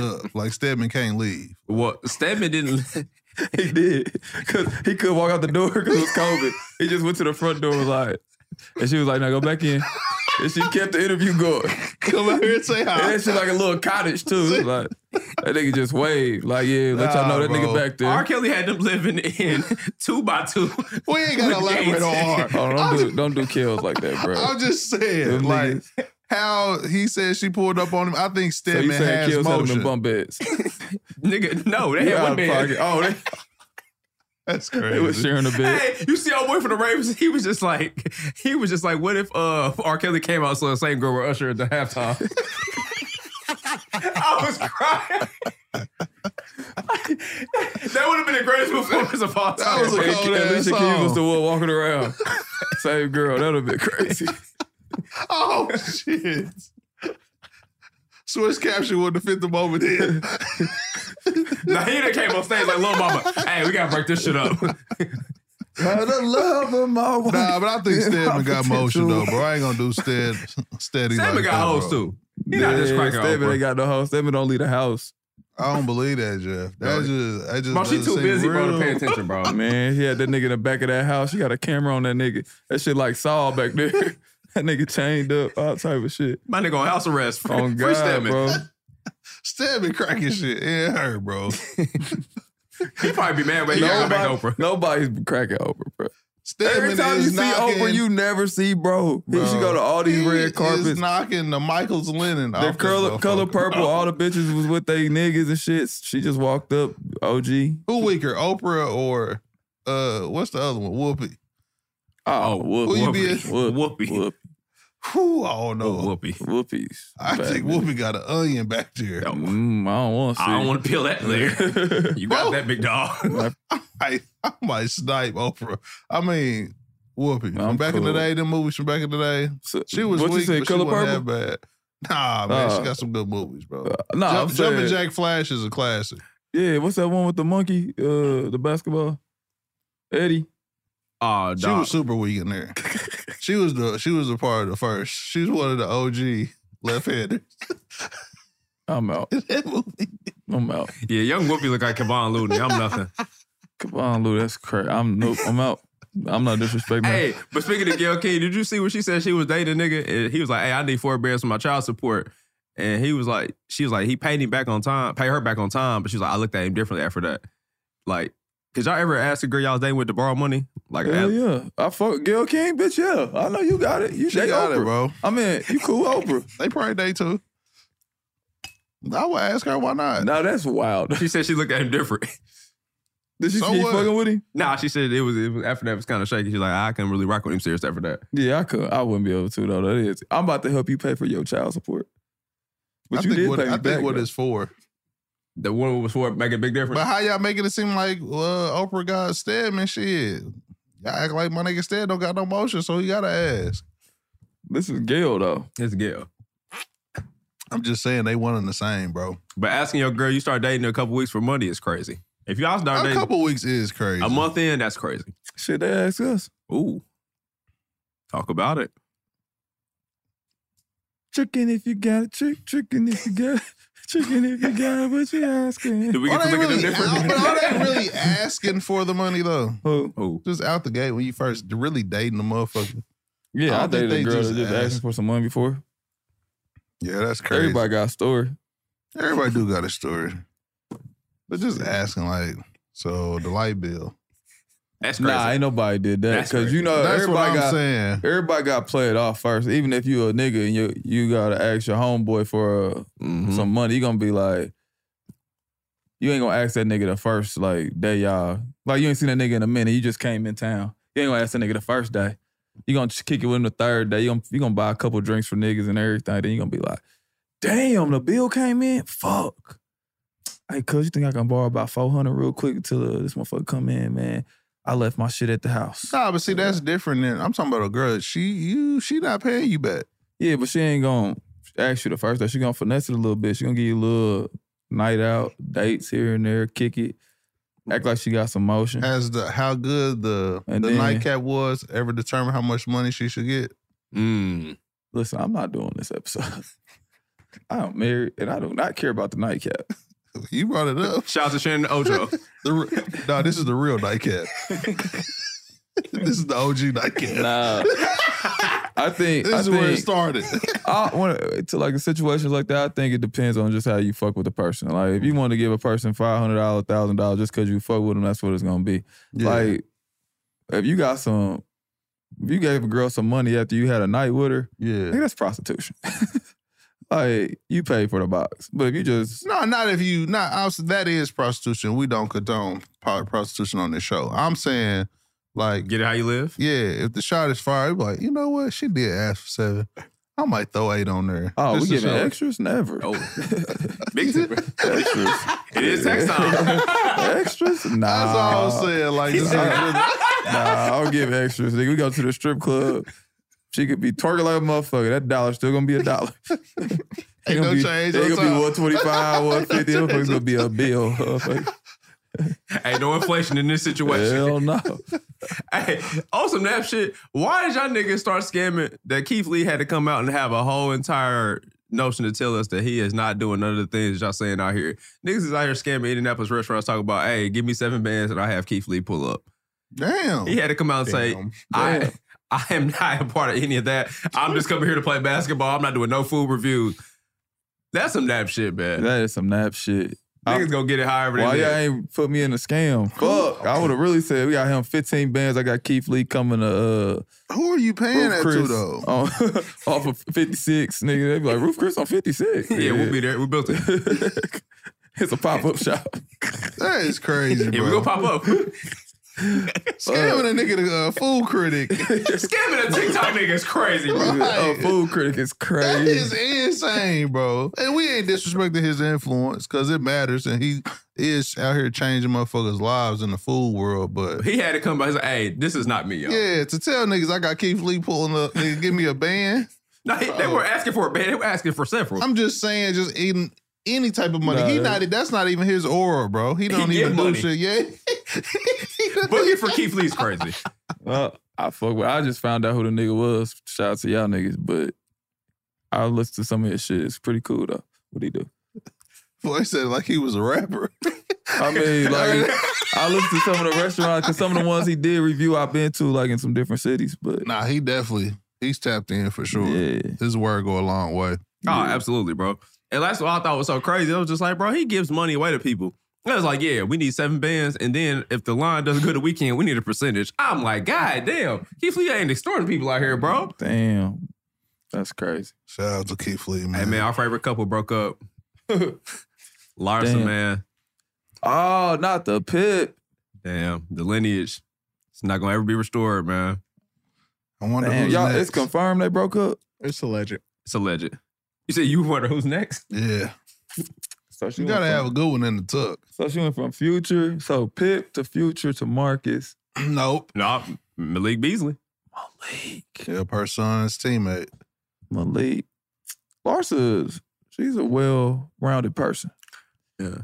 S1: (laughs)
S3: up. Like Stedman can't leave.
S2: (laughs) well, Stedman didn't. (laughs)
S1: He did. Cause he couldn't walk out the door because it
S2: (laughs)
S1: was COVID. he just went to the front door and was like, and she was like, now go back in. And she kept the interview going.
S3: Come out here and say
S1: And
S3: hi.
S1: that shit like a little cottage too. It was Like that nigga just waved. Like, yeah, let y'all
S3: Nah,
S1: know that
S3: bro.
S1: nigga back there.
S2: R. Kelly had them living in two by two.
S3: We
S1: (laughs)
S3: ain't gotta elaborate on R.
S1: Oh,
S3: I'm
S1: don't do
S3: just-
S1: don't do kills like that, bro.
S3: I'm just saying,
S1: Them
S3: like
S1: niggas-
S3: how he said she pulled up on him. I think
S1: so you
S3: Stedman
S1: saying
S3: has
S1: kills had them
S3: motion.
S1: in bump beds?
S2: Nigga, no, they
S1: You
S2: had
S1: out
S2: one
S1: of pocket.
S2: bed. Oh, they,
S3: (laughs)
S1: (laughs)
S3: That's
S1: They was
S3: crazy.
S1: sharing a bed.
S2: Hey, you see our boy from the Ravens? He was just like, he was just like, what if uh R. Kelly came out so the same girl were Usher at the halftime? (laughs) I was crying. that would have been the greatest performance of all time.
S3: That was a
S1: Hey,
S3: cold
S1: Alicia
S3: ass
S1: Keys
S3: song.
S1: was the one walking around. Same girl. That would have been crazy.
S3: Oh shit. Swiss caption would have fit the moment in.
S2: now he done came on stage like little mama. Hey, we gotta break this
S1: (laughs)
S2: shit up.
S1: By the
S3: (laughs)
S1: love of my wife.
S3: Nah, but I think Stedman got motion though,
S1: bro.
S3: bro. I ain't gonna do stead (laughs) steady.
S2: Sam
S3: like
S2: got
S3: that,
S2: hoes
S3: bro.
S2: too. He not just cracking
S1: Stephen
S2: Oprah.
S1: ain't got no house. Stephen don't leave the house.
S3: I don't believe that, Jeff. That just I just
S2: Bro, she
S3: doesn't
S2: too
S3: seem
S2: busy, bro,
S3: real.
S2: to pay attention, bro.
S1: Man, he had that nigga in the back of that house. She got a camera on that nigga. That shit like Saul back there. (laughs) that nigga chained up, all type of
S3: (laughs)
S1: shit.
S2: My nigga on house arrest.
S3: Oh,
S2: Free,
S1: On
S2: free
S1: God,
S2: Stedman.
S1: bro.
S3: Stedman cracking shit. Yeah, her, bro.
S2: He probably be mad, but he gotta go back to
S1: Nobody,
S2: Oprah.
S1: nobody's cracking Oprah, bro. Every
S3: Stedman
S1: time you
S3: is
S1: see
S3: knocking,
S1: Oprah, you never see bro. He should go to all these
S3: He
S1: red
S3: Is
S1: carpets.
S3: knocking the Michael's linen.
S1: The
S3: off this
S1: color, color
S3: motherfucker.
S1: purple, all the bitches was with they niggas and shit. She just walked up, OG.
S3: Who weaker, Oprah or uh, what's the other one? Whoopi.
S1: Oh, whoop,
S3: who you
S1: whoopee,
S3: be-
S1: whoop,
S2: Whoopi.
S1: whoop,
S3: Whew, I don't know.
S2: Whoopi.
S1: whoopies.
S3: I think
S1: Bad
S3: Whoopi got an onion back there. (laughs)
S2: Yo,
S1: Mm, I don't want to see.
S2: I don't want to peel that layer.
S1: to.
S2: You got that big dog. (laughs)
S3: I, I might snipe Oprah. I mean, Whoopi.
S1: I'm
S3: from back in the
S1: cool.
S3: day, them movies from back in the day, she was
S1: what
S3: weak,
S1: you say?
S3: but
S1: Color
S3: she wasn't
S1: purple?
S3: that bad. Nah, man,
S1: Uh,
S3: she got some good movies, bro.
S1: Uh, no, I'm
S3: Jump, Jumpin'
S1: saying-
S3: Jack Flash is a classic.
S1: Yeah, what's that one with the monkey? Uh, the basketball, Eddie. (laughs)
S2: Oh,
S3: She was super weak in there. She was the she was a part of the first. She was one of the OG left handers
S1: I'm out.
S3: (laughs) in that movie.
S1: I'm out.
S2: Yeah, young Whoopi look like Kevon Looney. I'm nothing.
S1: Come on, Lou. That's crazy. I'm nope. I'm out. I'm not disrespecting. her.
S2: (laughs) hey, but speaking of Gail King, did you see what she said? She was dating a nigga, and he was like, "Hey, I need four bears for my child support." And he was like, "She was like, he paid me back on time, paid her back on time." But she was like, "I looked at him differently after that." Like, could y'all ever ask a girl y'all was dating with to borrow money? Like,
S1: Hell
S2: ask-
S1: yeah. I fuck Gail King, bitch. Yeah. I know you got it. You
S3: She
S1: they
S3: got
S1: Oprah.
S3: it, bro.
S1: I mean, you cool
S3: (laughs)
S1: Oprah.
S3: They probably date too. I would ask her why not.
S1: now that's wild. (laughs)
S2: she said she looked at him different.
S1: Did she
S3: So
S1: keep
S3: what?
S1: fucking with him?
S2: nah, she said it was, it was after that it was kind of shaky. She's like, I couldn't really rock with him serious after that.
S1: Yeah, I could. I wouldn't be able to though. That is. I'm about to help you pay for your child support. But
S3: I
S1: you
S3: think
S1: did
S3: what,
S1: pay me
S3: I think
S1: back,
S3: what
S1: though.
S3: it's for.
S2: The one was for make a big difference.
S3: But how y'all making it seem like uh, Oprah got Stedman shit? Y'all act like my nigga Stead don't got no motion, so he gotta ask.
S1: This is Gail though.
S2: it's Gail.
S3: I'm just saying they one and the same, bro.
S2: But asking your girl you start dating a couple weeks for money is crazy. If y'all start
S3: A
S2: dating
S3: couple weeks is crazy.
S2: a month in, that's crazy.
S1: Shit, they asked us.
S2: Ooh, talk about
S1: (laughs)
S2: it.
S1: Chicken if you got it, chick, chicken if you got it. (laughs) Chicken if you got it, what you
S2: Did
S3: (laughs)
S1: asking?
S2: we get to
S3: Are they
S2: look at them
S3: really,
S2: different? (laughs)
S3: but are they really asking for the money though?
S1: Who?
S2: Ooh.
S3: Just out the gate when you first really dating the motherfucker.
S1: Yeah, I,
S3: I don't think
S1: dated a
S3: they
S1: girl
S3: just
S1: that just
S3: asked.
S1: asked me for some money before.
S3: Yeah, that's crazy.
S1: Everybody got a story.
S3: Everybody do got a story. But just asking like, so the light bill.
S2: That's crazy.
S1: Nah, ain't nobody did that
S2: That's
S1: because
S2: crazy.
S1: you know
S3: That's what
S1: everybody
S3: I'm
S1: got.
S3: saying.
S1: Everybody got played off first. Even if you a nigga and you you gotta ask your homeboy for uh,
S2: Mhm.
S1: some money, you gonna be like, you ain't gonna ask that nigga the first like day y'all like you ain't seen that nigga in a minute. You just came in town. You ain't gonna ask that nigga the first day. You gonna just kick it with him the third day. You gonna you gonna buy a couple drinks for niggas and everything. Then you gonna be like, damn, the bill came in. Fuck. Hey, cuz you think I can borrow about four hundred real quick until uh, this motherfucker come in, man? I left my shit at the house.
S3: Nah, but see, that's different than I'm talking about a girl. She you she not paying you back.
S1: Yeah, but she ain't gonna ask you the first day. She gonna finesse it a little bit. She gonna give you a little night out, dates here and there, kick it, act like she got some motion.
S3: (laughs) As the how good the
S1: And
S3: the
S1: then-
S3: nightcap was ever determine how much money she should get.
S1: Mm-hmm.
S2: Mm.
S1: Listen, I'm not doing this episode. (laughs) I'm married and I do not care about the nightcap.
S3: You brought it up.
S2: Shout out to Shannon Ojo.
S3: The, re- nah, this is the real nightcap. this is the OG nightcap.
S1: (laughs) Nah. I think
S3: This
S1: I
S3: is where it
S1: think
S3: started.
S1: I want to like situations like that. I think it depends on just how you fuck with the person. Like if you want to give a person five hundred dollars, thousand dollars just because you fuck with them, that's what it's gonna be. (laughs) Like, if you got some, if you gave a girl some money after you had a night with her, I
S3: (laughs) yeah.
S1: think that's prostitution. (laughs) like, you pay for the box, but if you just
S3: No, not if you not. I was- that is prostitution. We don't condone pro- prostitution on this show. I'm saying, like,
S2: Get it how you
S1: (laughs)
S2: live?
S3: yeah, if the shot is fired, like, you know what? She did ask for seven. I might throw eight on there.
S1: oh,
S3: Just
S1: we
S3: to
S1: giving
S3: show-
S1: extras, never. (laughs)
S2: Oh, big tipper.
S1: extras,
S2: It is tax
S1: (laughs)
S2: time. (laughs)
S1: extras, nah.
S3: That's all I'm saying.
S1: (laughs)
S3: Like, just
S1: Nah, I'll give
S2: (laughs)
S1: extras. Nigga, we go to the strip club. She could be twerking like a motherfucker. That dollar's still gonna be a dollar. It
S3: no
S1: gonna be,
S3: change
S1: It
S3: on
S1: gonna be
S3: top.
S1: 125, 150.
S3: No
S1: It's
S3: change
S1: gonna
S3: on
S1: be a bill. motherfucker.
S2: hey, no inflation in this situation.
S1: Hell no.
S2: (laughs) Hey, on some nap shit, why did y'all niggas start scamming that Keith Lee had to come out and have a whole entire notion to tell us that he is not doing none of the things y'all saying out here? Niggas is out here scamming Indianapolis restaurants talking about, hey, give me seven bands and I have Keith Lee pull up.
S3: damn.
S2: He had to come out and say,
S4: Damn.
S2: I (laughs) I am not a part of any of that. I'm just coming here to play basketball. I'm not doing no food reviews. That's some nap shit, man.
S1: That is some nap shit.
S2: Niggas gonna get it however they
S1: Why y'all
S2: live.
S1: ain't put me in the scam? Fuck. I would have really said we got him 15 bands. I got Keith Lee coming to uh
S3: Who are you paying that to
S1: Chris
S3: though?
S1: on, (laughs) off of 56. Nigga, they be like, Roof Chris on 56.
S2: Yeah, we'll be there. We built it.
S1: (laughs) it's a pop-up shop.
S3: That is crazy,
S2: Yeah, we gonna
S3: bro.
S2: pop up.
S3: Scamming a nigga to uh, food critic.
S2: Scamming a TikTok nigga is crazy, bro.
S1: A
S3: Right.
S1: food critic is
S3: That
S1: (laughs) crazy.
S3: is insane, bro. And we ain't disrespecting his influence because it matters, and he is out here changing motherfuckers' lives in the food world. But
S2: He had to come by. He's like, hey, this is not me, y'all.
S3: yeah, to tell niggas I got Keith Lee pulling up, nigga, give me a band.
S2: No, he- they were asking for a band. They were asking for several.
S3: I'm just saying, just eating any type of money. he
S1: Nah.
S3: not. That's not even his aura, bro. (laughs) He don't
S2: He get
S3: even do
S2: money.
S3: shit. Yeah. (laughs)
S2: Booking for Keith Lee's crazy.
S1: Uh, I fuck with. I just found out who the nigga was. Shout out to y'all niggas, but I listened to some of his shit. It's pretty cool though. What he do?
S3: Boy said like he was a rapper.
S1: I (laughs) mean, like I listened to some of the restaurants because some of the ones he did review I've been to, like in some different cities. But
S3: (laughs) Nah, he definitely he's tapped in for sure.
S1: yeah,
S3: His word go a long way.
S2: Oh, absolutely, bro. And that's what I thought was so crazy. I was just like, bro, he gives money away to people. I was like, yeah, we need seven bands, and then if the line doesn't go the weekend, we need a percentage. I'm like, god damn, Keith Lee ain't extorting people out here, bro.
S1: damn, that's crazy.
S3: Shout out to Keith Lee, man.
S2: Hey man, our favorite couple broke up. (laughs) Larson,
S1: Damn.
S2: man,
S1: Oh, not the pip.
S2: damn, the lineage, it's not gonna ever be restored, man.
S3: I wonder
S1: Damn,
S3: who's
S1: y'all,
S3: next.
S1: it's confirmed they broke up.
S4: It's a legend.
S2: It's alleged. You said you wonder who's next?
S3: yeah,
S1: So she
S3: you
S1: went
S3: gotta
S1: from-
S3: have a good one in the tuck. (clears throat)
S1: So she went from Future, so Pip to Future to Marcus.
S3: nope.
S2: No, Malik Beasley.
S1: Malik.
S3: Kill her son's teammate.
S1: Malik. Larsa's she's a well-rounded person.
S2: Yeah.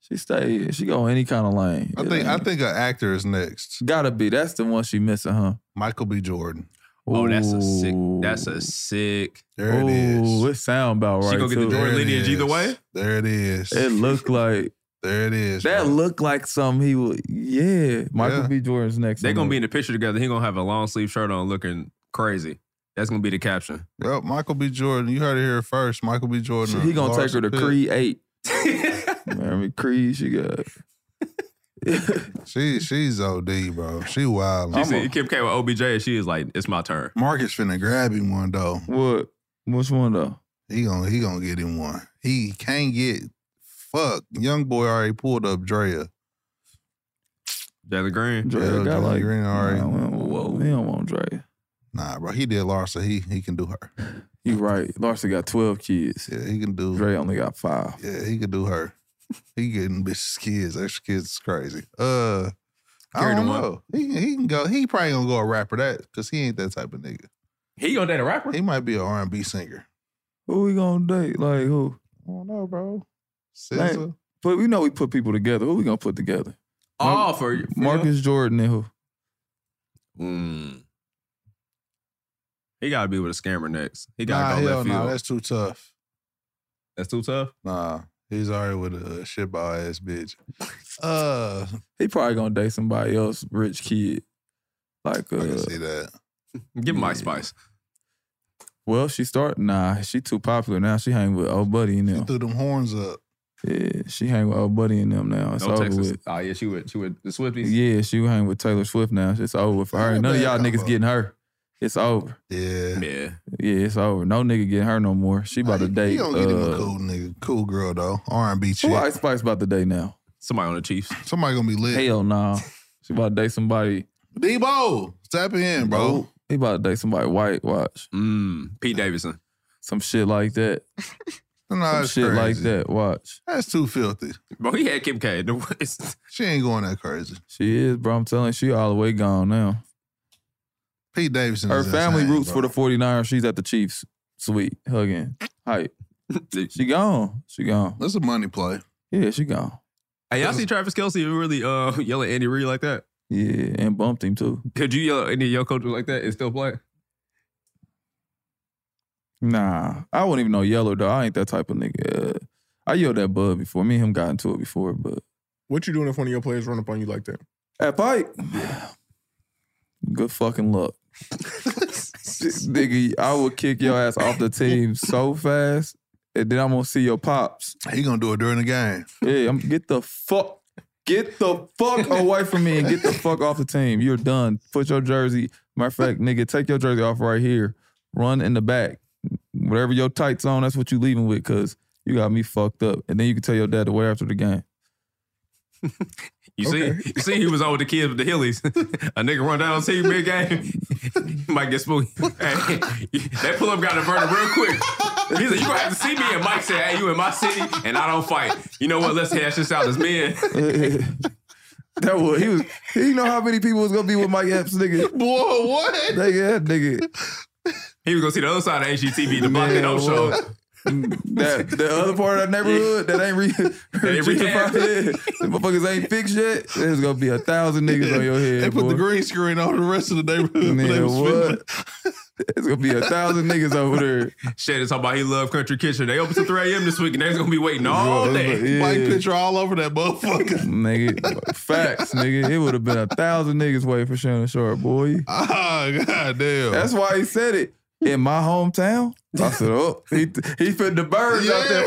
S1: She stay. She go any kind of lane.
S3: I
S1: It
S3: think I
S1: ain't-
S3: think an actor is next.
S1: gotta be. That's the one she missing, huh?
S3: Michael B. Jordan.
S2: Oh, that's a sick. That's
S1: Ooh.
S2: a sick.
S3: There it
S1: Ooh,
S3: is.
S1: it sound about
S2: She
S1: right.
S2: gonna get the
S1: too.
S3: There
S2: Jordan
S3: it
S2: lineage either
S3: is.
S2: way?
S3: There it is.
S1: It looked
S3: (laughs)
S1: like
S3: there it is.
S1: that
S3: bro.
S1: looked like something he would. Yeah, Michael
S3: Yeah.
S1: B. Jordan's next.
S2: They're
S1: on
S2: gonna be
S1: the-
S2: in the picture together. He gonna have a long sleeve shirt on, looking crazy. That's gonna be the caption.
S3: Yep, Michael B. Jordan. You heard it here first. Michael B. Jordan.
S1: She- he gonna take
S3: Larsa
S1: her to
S3: Pitt.
S1: Creed
S2: (laughs)
S1: Eight. You know what I mean, Creed. She got.
S3: She she's OD, bro. She wild.
S2: You see, Kim K with OBJ, and she is like, "It's my turn."
S3: Marcus finna grab him one though.
S1: what? Which one though?
S3: He gonna he gonna get him one. He can't get fuck. Young boy already pulled up Drea.
S2: Jalen Green.
S1: Dre
S3: Yeah,
S1: got
S3: Jalen
S1: like
S3: Green already.
S1: Nah, we don't, we don't want Dre.
S3: Nah, bro. He did Larsa. He he can do her.
S1: You right. Larson got twelve kids.
S3: Yeah, he can do.
S1: Dre only got five.
S3: Yeah, he could do her. He getting bitches kids. Extra kids is crazy. Uh, I
S2: Carry the
S3: don't
S2: one.
S3: know. He, he can go. He probably gonna go a rapper that because he ain't that type of nigga.
S2: He gonna date a rapper?
S3: He might be an R and B singer.
S1: Who we gonna date? Like who?
S3: I don't know, bro.
S1: Like-
S3: SZA.
S1: But we know we put people together. Who we gonna put together?
S2: Oh, for, for
S1: Marcus Jordan and who?
S2: you? Mm. He gotta be with a scammer next. He
S3: Nah,
S2: gotta go
S3: hell
S2: left
S3: no,
S2: field.
S3: that's too tough.
S2: that's too tough.
S3: Nah, he's already with a shitball
S2: (laughs)
S3: ass bitch. Uh,
S1: He probably gonna date somebody else, rich kid. Like
S3: I
S1: uh,
S3: can see that.
S2: Give him
S1: Yeah.
S2: Mike Spice.
S1: well, she start nah, she too popular now. She hang with old buddy and
S3: He
S1: them.
S3: threw them horns up.
S1: Yeah, she hang with old buddy and them now. It's
S2: No
S1: over
S2: Texas.
S1: with.
S2: Oh yeah, she would. She would. The Swifties.
S1: Yeah, she hang with Taylor Swift now. It's over with for her.
S3: Not
S1: None of
S3: bad
S1: y'all niggas
S3: combo.
S1: getting her. It's over.
S3: Yeah.
S2: yeah.
S1: Yeah, it's over. No nigga getting her no more. She about to
S3: He-
S1: date.
S3: He gonna get him a
S1: uh,
S3: cool nigga, cool girl though. R and B chick.
S1: Who Ice Spice about to date now?
S2: Somebody on the Chiefs.
S3: Somebody gonna be lit.
S1: Hell no. She about to date somebody.
S3: Debo, step in, bro.
S1: He about to date somebody white. Watch
S2: Mm. Pete Davidson.
S1: some shit like that.
S3: Nah,
S1: Some
S3: Oh, that's
S1: shit like
S3: crazy.
S1: that. Watch.
S3: That's too filthy.
S2: Bro, he had Kim K. The worst.
S3: She ain't going that crazy.
S1: She is, bro. I'm telling you, she all the way gone now.
S3: Pete Davidson.
S1: Her
S3: is
S1: family
S3: insane,
S1: roots
S3: bro.
S1: for the 49ers. She's at the Chiefs. Sweet. Hugging.
S3: (laughs)
S1: Hype. She gone. She gone.
S3: That's a money play.
S1: Yeah, she gone.
S2: Hey, y'all see Travis Kelsey really uh (laughs) yell at Andy Reid like that?
S1: Yeah, and bumped him too.
S2: Could you yell at any of your coaches like that and still play?
S1: Nah, I wouldn't even know yellow though. I ain't that type of nigga. Uh, I yelled at Bud before. Me and him got into it before, but
S4: What you doing if one of your players run up on you like that?
S1: At Pike. Good fucking luck. (laughs) Nigga, I would kick your ass off the team so fast, and then I'm gonna see your pops.
S3: He gonna do it during the game. (laughs)
S1: Hey, I'm get the fuck, get the fuck away from me, and get the fuck off the team. You're done. Put your jersey. Matter of fact, nigga, take your jersey off right here. Run in the back. Whatever your tights on, that's what you leaving with, cause you got me fucked up. And then you can tell your dad to wait after the game.
S2: You see,
S4: Okay.
S2: (laughs) you see, he was on with the kids with the Hillies. (laughs) a nigga run down team mid game, (laughs) might get spooked. Hey, (laughs) that pull up got inverted real quick. He said, "You gonna have to see me." And Mike said, "Hey, you in my city, and I don't fight. You know what? Let's hash this out as men." (laughs)
S1: (laughs) that was he was. He know how many people was gonna be with Mike Epps, nigga. (laughs)
S3: Boy, what?
S1: Nigga, that nigga.
S2: He was gonna see the other side of HGTV, the block they don't show.
S1: that the other part of that neighborhood that ain't re,
S2: ain't rehabbed.
S1: gentrified, the motherfuckers ain't fixed yet. There's gonna be a thousand niggas on your head.
S3: They put
S1: boy.
S3: the green screen on the rest of the neighborhood. when (laughs) they
S1: Nigga,
S3: was filming.
S1: There's gonna be a thousand niggas over there.
S2: Shit, it's talking about he love Country Kitchen. They open till 3 a.m. this week and they's gonna be waiting all
S1: Bro,
S2: day. (laughs)
S1: yeah.
S3: White picture all over that motherfucker. (laughs)
S1: Nigga, facts, nigga. It would have been a thousand niggas waiting for Shannon Sharp, boy.
S3: Ah, god damn.
S1: That's why he said it. In my hometown, I said, "Oh, he he fit the birds out there."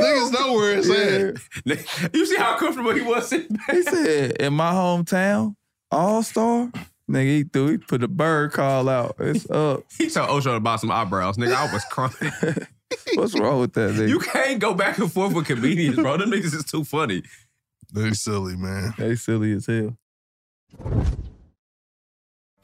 S1: (laughs)
S3: niggas know where it's
S1: Yeah.
S3: at.
S2: you see how comfortable he was (laughs) sitting back?
S1: He said, in my hometown, All Star, nigga, he threw, he put the bird call out. It's up.
S2: He told Osho to buy some eyebrows, nigga. I was crying.
S1: What's wrong with that, nigga?
S2: You can't go back and forth with comedians, bro. Them niggas is too funny.
S3: They silly, man.
S1: they silly as hell.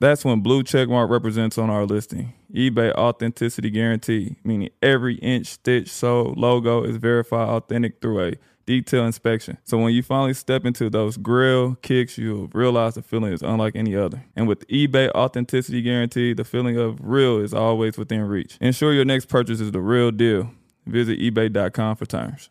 S9: That's when blue checkmark represents on our listing. eBay authenticity guarantee, meaning every inch, stitch, sole, logo is verified authentic through a detailed inspection. So when you finally step into those grill kicks, you'll realize the feeling is unlike any other. And with eBay authenticity guarantee, the feeling of real is always within reach. Ensure your next purchase is the real deal. Visit eBay.com for terms.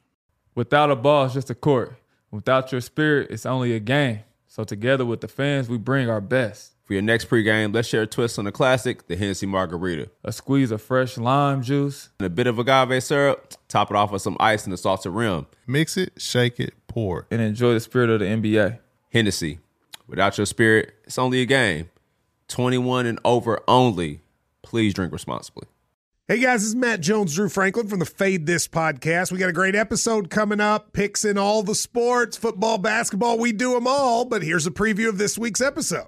S9: Without a ball, it's just a court. Without your spirit, it's only a game. So together with the fans, we bring our best.
S2: For your next pregame, let's share a twist on the classic, the Hennessy Margarita.
S9: a squeeze of fresh lime juice.
S2: And a bit of agave syrup, top it off with some ice and a salted rim.
S3: Mix it, shake it, pour.
S9: and enjoy the spirit of the NBA.
S2: Hennessy. Without your spirit, it's only a game. 21 and over only. Please drink responsibly.
S8: Hey guys, this is Matt Jones, Drew Franklin from the Fade This podcast. We got a great episode coming up, picks in all the sports, football, basketball, we do them all. But here's a preview of this week's episode.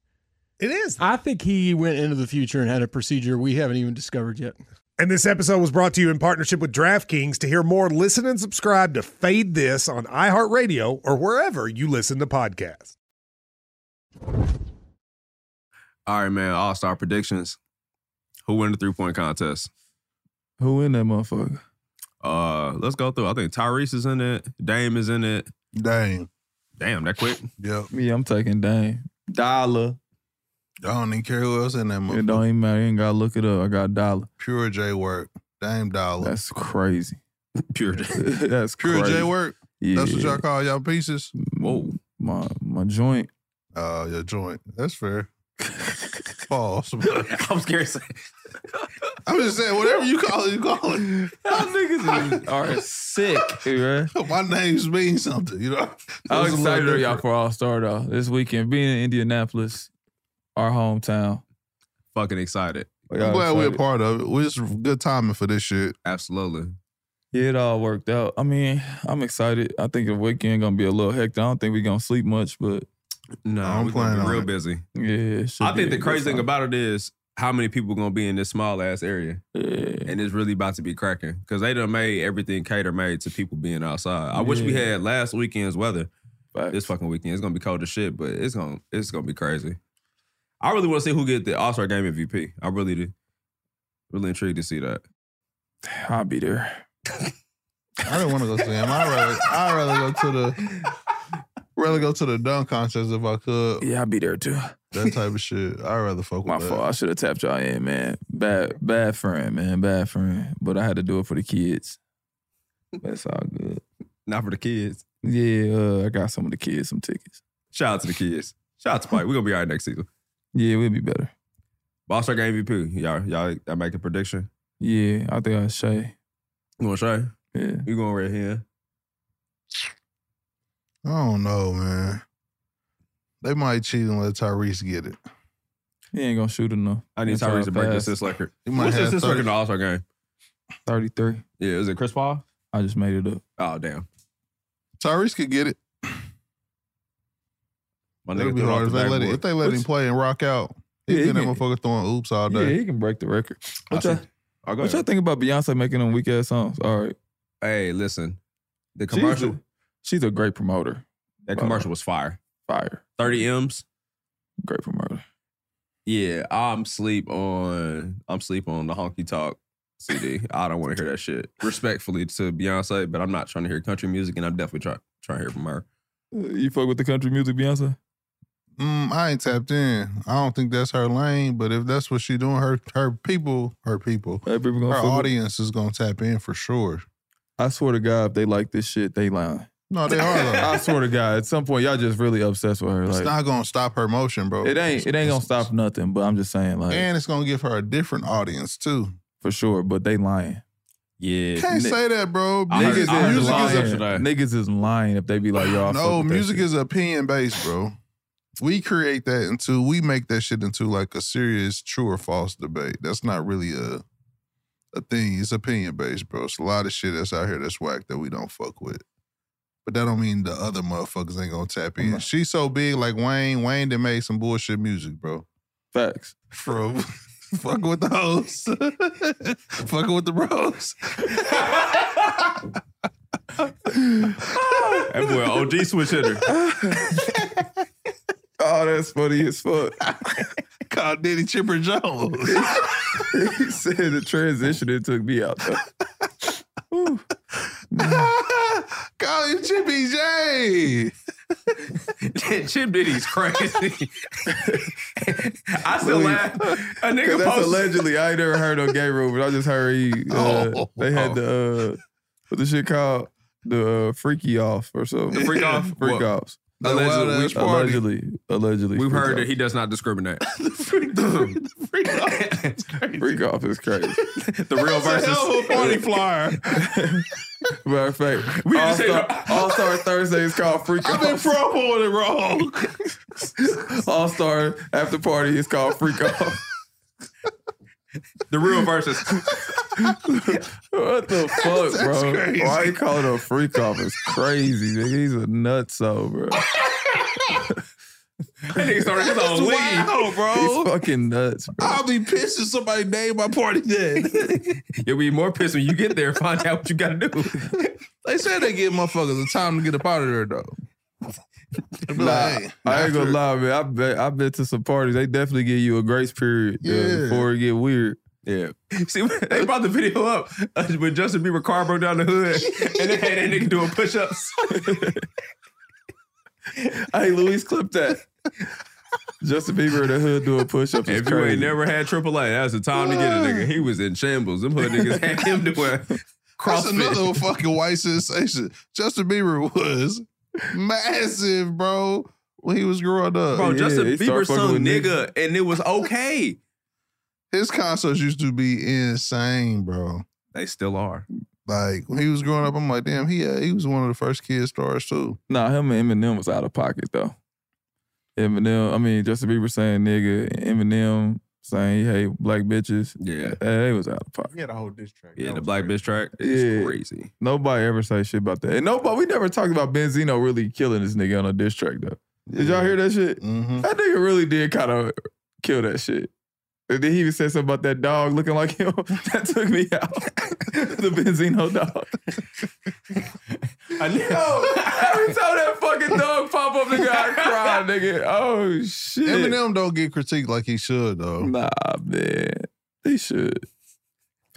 S8: It is.
S10: I think he went into the future and had a procedure we haven't even discovered yet.
S8: And this episode was brought to you in partnership with DraftKings. To hear more, listen and subscribe to Fade This on iHeartRadio or wherever you listen to podcasts.
S2: All right, man. All star predictions. Who win the three point contest?
S1: Who in that motherfucker?
S2: Uh, let's go through. I think Tyrese is in it. Dame is in it.
S3: Dang.
S2: Damn, that (laughs) quick.
S3: Yep.
S1: Yeah, I'm taking Dame. Dollar.
S3: I don't even care who else in that
S1: It
S3: motherfucker.
S1: don't even matter. You ain't gotta look it up. I got dollar.
S3: Pure J work. Dame dollar.
S1: That's
S3: (laughs)
S1: crazy. (laughs)
S2: Pure.
S1: That's
S3: Pure
S1: crazy.
S3: J work.
S1: Yeah.
S3: That's what y'all call y'all pieces.
S1: Whoa, my my joint.
S3: Oh, your joint.
S1: (laughs)
S3: That's fair. False.
S2: I'm scared. to say-
S3: I'm just saying, whatever you call it, you call
S1: Y'all
S3: it. (laughs) Mm-hmm.
S1: niggas is- are sick, (laughs) bruh.
S3: My name's mean something, you know.
S1: How
S3: It's a little
S1: excited are y'all
S3: different.
S1: for All Star though? This weekend, being in Indianapolis, our hometown.
S2: Fucking excited.
S3: I'm glad we're a part of it. We're just good timing for this shit.
S2: Absolutely.
S1: Yeah, it all worked out. I mean, I'm excited. I think the weekend gonna be a little hectic. I don't think we gonna sleep much, but
S2: No,
S3: I'm
S2: we're gonna
S3: planning
S2: be
S3: on
S2: real
S3: it.
S2: busy.
S1: yeah. it should
S2: I think
S1: be
S2: the
S1: a good
S2: crazy thing
S1: time.
S2: about it is how many people gonna be in this small ass area? And it's really about to be cracking because they done made everything cater made to people being outside. I wish we
S1: Yeah.
S2: had last weekend's weather. This fucking weekend it's gonna be cold as shit, but it's gonna it's gonna be crazy. I really want to see who get the All Star Game MVP. I really do. Really intrigued to see that.
S1: I'll be there.
S3: I don't want to go see him. I rather I rather go to the rather go to the dunk contest if I could.
S1: Yeah, I'd be there too.
S3: That type of shit. I rather fuck with
S1: My
S3: that.
S1: fault. I should have tapped y'all in, man. Bad, bad friend, man. Bad friend. But I had to do it for the kids. That's all good.
S2: Not for the kids.
S1: Yeah, uh, I got some of the kids some tickets.
S2: Shout out to the kids. Shout out to Spike. We're gonna be all right next season.
S1: Yeah, we'll be better.
S2: All Star Game MVP. Y'all, y'all, I make a prediction.
S1: Yeah, I think I say.
S2: You want Shay?
S1: Yeah.
S2: You going right here?
S3: I don't know, man. They might cheat and let Tyrese get it.
S1: He ain't gonna shoot enough.
S2: I need Tyrese to break this assist record.
S3: He might
S2: What's
S3: have
S2: this assist
S3: 30.
S2: record in the All Star game?
S1: Thirty-three.
S2: Yeah, is it Chris Paul?
S1: I just made it up.
S2: Oh damn,
S3: Tyrese could get it.
S2: my
S3: It'll
S2: nigga
S3: be
S2: threw it
S3: hard
S2: off
S3: if
S2: the
S3: they let, it,
S2: backboard.
S3: if they let him
S2: What's-
S3: play and rock out. He's
S1: Yeah, he
S3: been that
S1: can-
S3: motherfucker throwing oops all
S1: Yeah,
S3: day.
S1: he can break the record.
S3: I
S1: What
S3: see.
S1: y'all,
S2: Oh, go
S1: what y'all
S2: ahead.
S1: think about Beyonce making them weak ass songs? All right.
S2: Hey, listen, the
S1: She's a-
S2: commercial,
S1: She's a great promoter.
S2: that commercial was fire.
S1: Fire.
S2: Thirty M's.
S1: Great promoter.
S2: Yeah, I'm sleep on. I'm sleep on the honky talk CD. I don't want to hear that shit. Respectfully to Beyonce, but I'm not trying to hear country music, and I'm definitely trying trying to hear from her.
S1: Uh, You fuck with the country music, Beyonce?
S3: Mm, I ain't tapped in. I don't think that's her lane, but if that's what she doing, her her people, her people,
S1: Hey, people gonna
S3: her
S1: fuck with-
S3: audience is gonna tap in for sure.
S1: I swear to God, if they like this shit, they lying.
S3: No, they are though.
S1: (laughs) I swear to God, at some point, y'all just really obsessed with her.
S3: It's
S1: like-
S3: not gonna stop her motion, bro.
S1: It ain't. It ain't gonna stop nothing. But I'm just saying, like
S3: and it's gonna give her a different audience too.
S1: for sure. But they lying.
S2: Yeah,
S3: Can't
S1: Ni-
S2: (laughs)
S3: say that, bro.
S1: Niggas is
S3: Music is
S1: lying.
S3: a-
S1: Niggas is lying if they be like y'all.
S3: (sighs) no, music
S1: is
S3: is opinion based, bro. We create that into we make that shit into like a serious true or false debate. That's not really a a thing. It's opinion based, bro. It's a lot of shit that's out here that's whack that we don't fuck with. But that don't mean the other motherfuckers ain't gonna tap in. She's so big like Wayne. Wayne that made some bullshit music, bro.
S1: facts.
S3: (laughs) Bro, fucking with the hoes. (laughs) fucking with the bros.
S2: That boy, OG switch hitter.
S1: (laughs) Oh, that's funny as
S2: (laughs)
S1: fuck.
S3: Called Diddy Chipper Jones.
S1: (laughs) he said the transition it took me
S3: (laughs)
S1: out. though.
S3: Call him Chippy J.
S2: Chip Diddy's (laughs) crazy. I still
S1: Please.
S2: laugh. A nigga
S1: 'Cause that's
S2: posted.
S1: allegedly. I ain't never heard no gay rumors. I just heard he. Uh,
S3: Oh.
S1: they had the uh, what the shit called the uh, freaky off or something. (laughs)
S2: The freak off?
S1: Freak
S2: What?
S1: offs.
S3: The wild
S2: Allegedly,
S3: ass party.
S1: Allegedly, allegedly.
S2: We've
S1: freak
S2: heard
S1: off.
S2: that he does not (laughs) discriminate.
S3: the freak, the freak, the freak off. It's crazy.
S1: freak off is crazy.
S2: The real
S3: That's a
S2: versus.
S3: hell of a party flyer.
S1: Matter of fact,
S2: We
S1: All
S2: just
S1: Star
S2: hit-
S1: All Star Thursday is called Freak
S3: I've been
S1: Off.
S3: promoting it wrong.
S1: (laughs) All Star After Party is called Freak Off.
S2: The real versus.
S1: what
S3: (laughs)
S1: the fuck,
S3: That's
S1: bro?
S3: crazy.
S1: Why you call it a freak off? It's crazy, nigga. He's a nutso,
S3: (laughs)
S1: bro. (laughs)
S2: That nigga started his own league.
S3: Wow,
S1: He's
S3: bro.
S1: fucking nuts, bro.
S3: I'll be pissed if somebody named my party that.
S1: (laughs)
S2: You'll be more pissed when you get there and find out what you gotta do.
S3: (laughs) they said they give motherfuckers a time to get up out of there, though. They
S1: Nah,
S3: be like, hey,
S1: I ain't
S3: after-
S1: gonna lie, man. I've been, I've been to some parties. They definitely give you a grace period uh,
S3: Yeah.
S1: before it get weird.
S2: Yeah.
S1: (laughs)
S2: See, (laughs) they brought the video up uh, when Justin Bieber car broke down the hood and they had that
S1: (laughs)
S2: nigga doing push ups.
S1: Hey, Luis, clip that. Justin Bieber in the hood doing push-ups. is
S2: If you ain't
S1: crazy.
S2: never had AAA, that was the time to get a nigga. He was in shambles. Them hood niggas had him doing
S3: That's
S2: CrossFit.
S3: another fucking white sensation. Justin Bieber was massive, bro, when he was growing up.
S2: Bro,
S1: Yeah,
S2: Justin
S1: he started
S2: Bieber
S1: fucking
S2: sung
S1: with
S2: nigga, and it was okay.
S3: His concerts used to be insane, bro.
S2: They still are.
S3: Like when he was growing up, I'm like, damn, he uh, he was one of the first kid stars too.
S1: Nah, him and Eminem was out of pocket though. Eminem, I mean Justin Bieber saying nigga, Eminem saying he hate black bitches.
S2: Yeah.
S1: Eh, They was out of pocket.
S4: He had a whole diss track.
S2: Yeah,
S4: That
S2: the
S4: was
S2: black
S4: crazy.
S2: bitch track is
S1: Yeah.
S2: crazy.
S1: Nobody ever say shit about that. And nobody, we never talked about Benzino really killing this nigga on a diss track though. Did y'all hear that shit?
S3: Mm-hmm.
S1: That nigga really did kind of kill that shit. And then he even said something about that dog looking like him. (laughs) that took me out. (laughs) the Benzino dog. I knew. every time that fucking dog pop up, nigga, I cry, nigga. Oh shit.
S3: Eminem don't get critiqued like he should though.
S1: Nah, man, he should.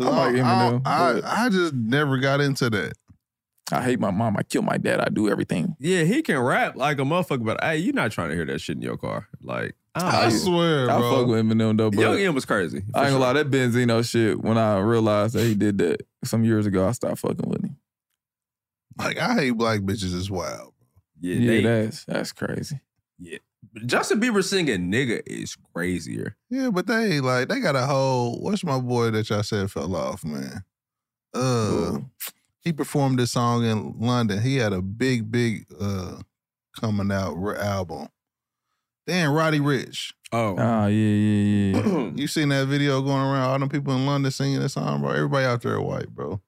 S1: I like
S3: I,
S1: Eminem.
S3: I,
S1: but
S3: I just never got into that.
S1: I hate my mom. I kill my dad. I do everything.
S2: Yeah, he can rap like a motherfucker, but hey, you're not trying to hear that shit in your car. Like,
S3: I,
S2: don't know.
S3: swear,
S1: I
S3: bro.
S1: fuck with Eminem though, but
S2: Young M was crazy. for
S1: I ain't
S2: sure.
S1: gonna lie, that Benzino shit, when I realized that he did that some years ago, I stopped fucking with him.
S3: like I hate black bitches as wild.
S2: Yeah,
S1: Yeah,
S2: they-
S1: that's that's crazy.
S2: Justin Bieber singing nigga is crazier.
S3: Yeah, but they like they got a whole. What's my boy that y'all said fell off, man? Uh, he performed this song in London. He had a big, big uh coming out re- album. Then Roddy Rich.
S2: Oh. (clears throat)
S1: Ah, yeah, yeah,
S2: (coughs)
S1: yeah.
S3: you seen that video going around? All them people in London singing that song, bro. Everybody out there white, bro.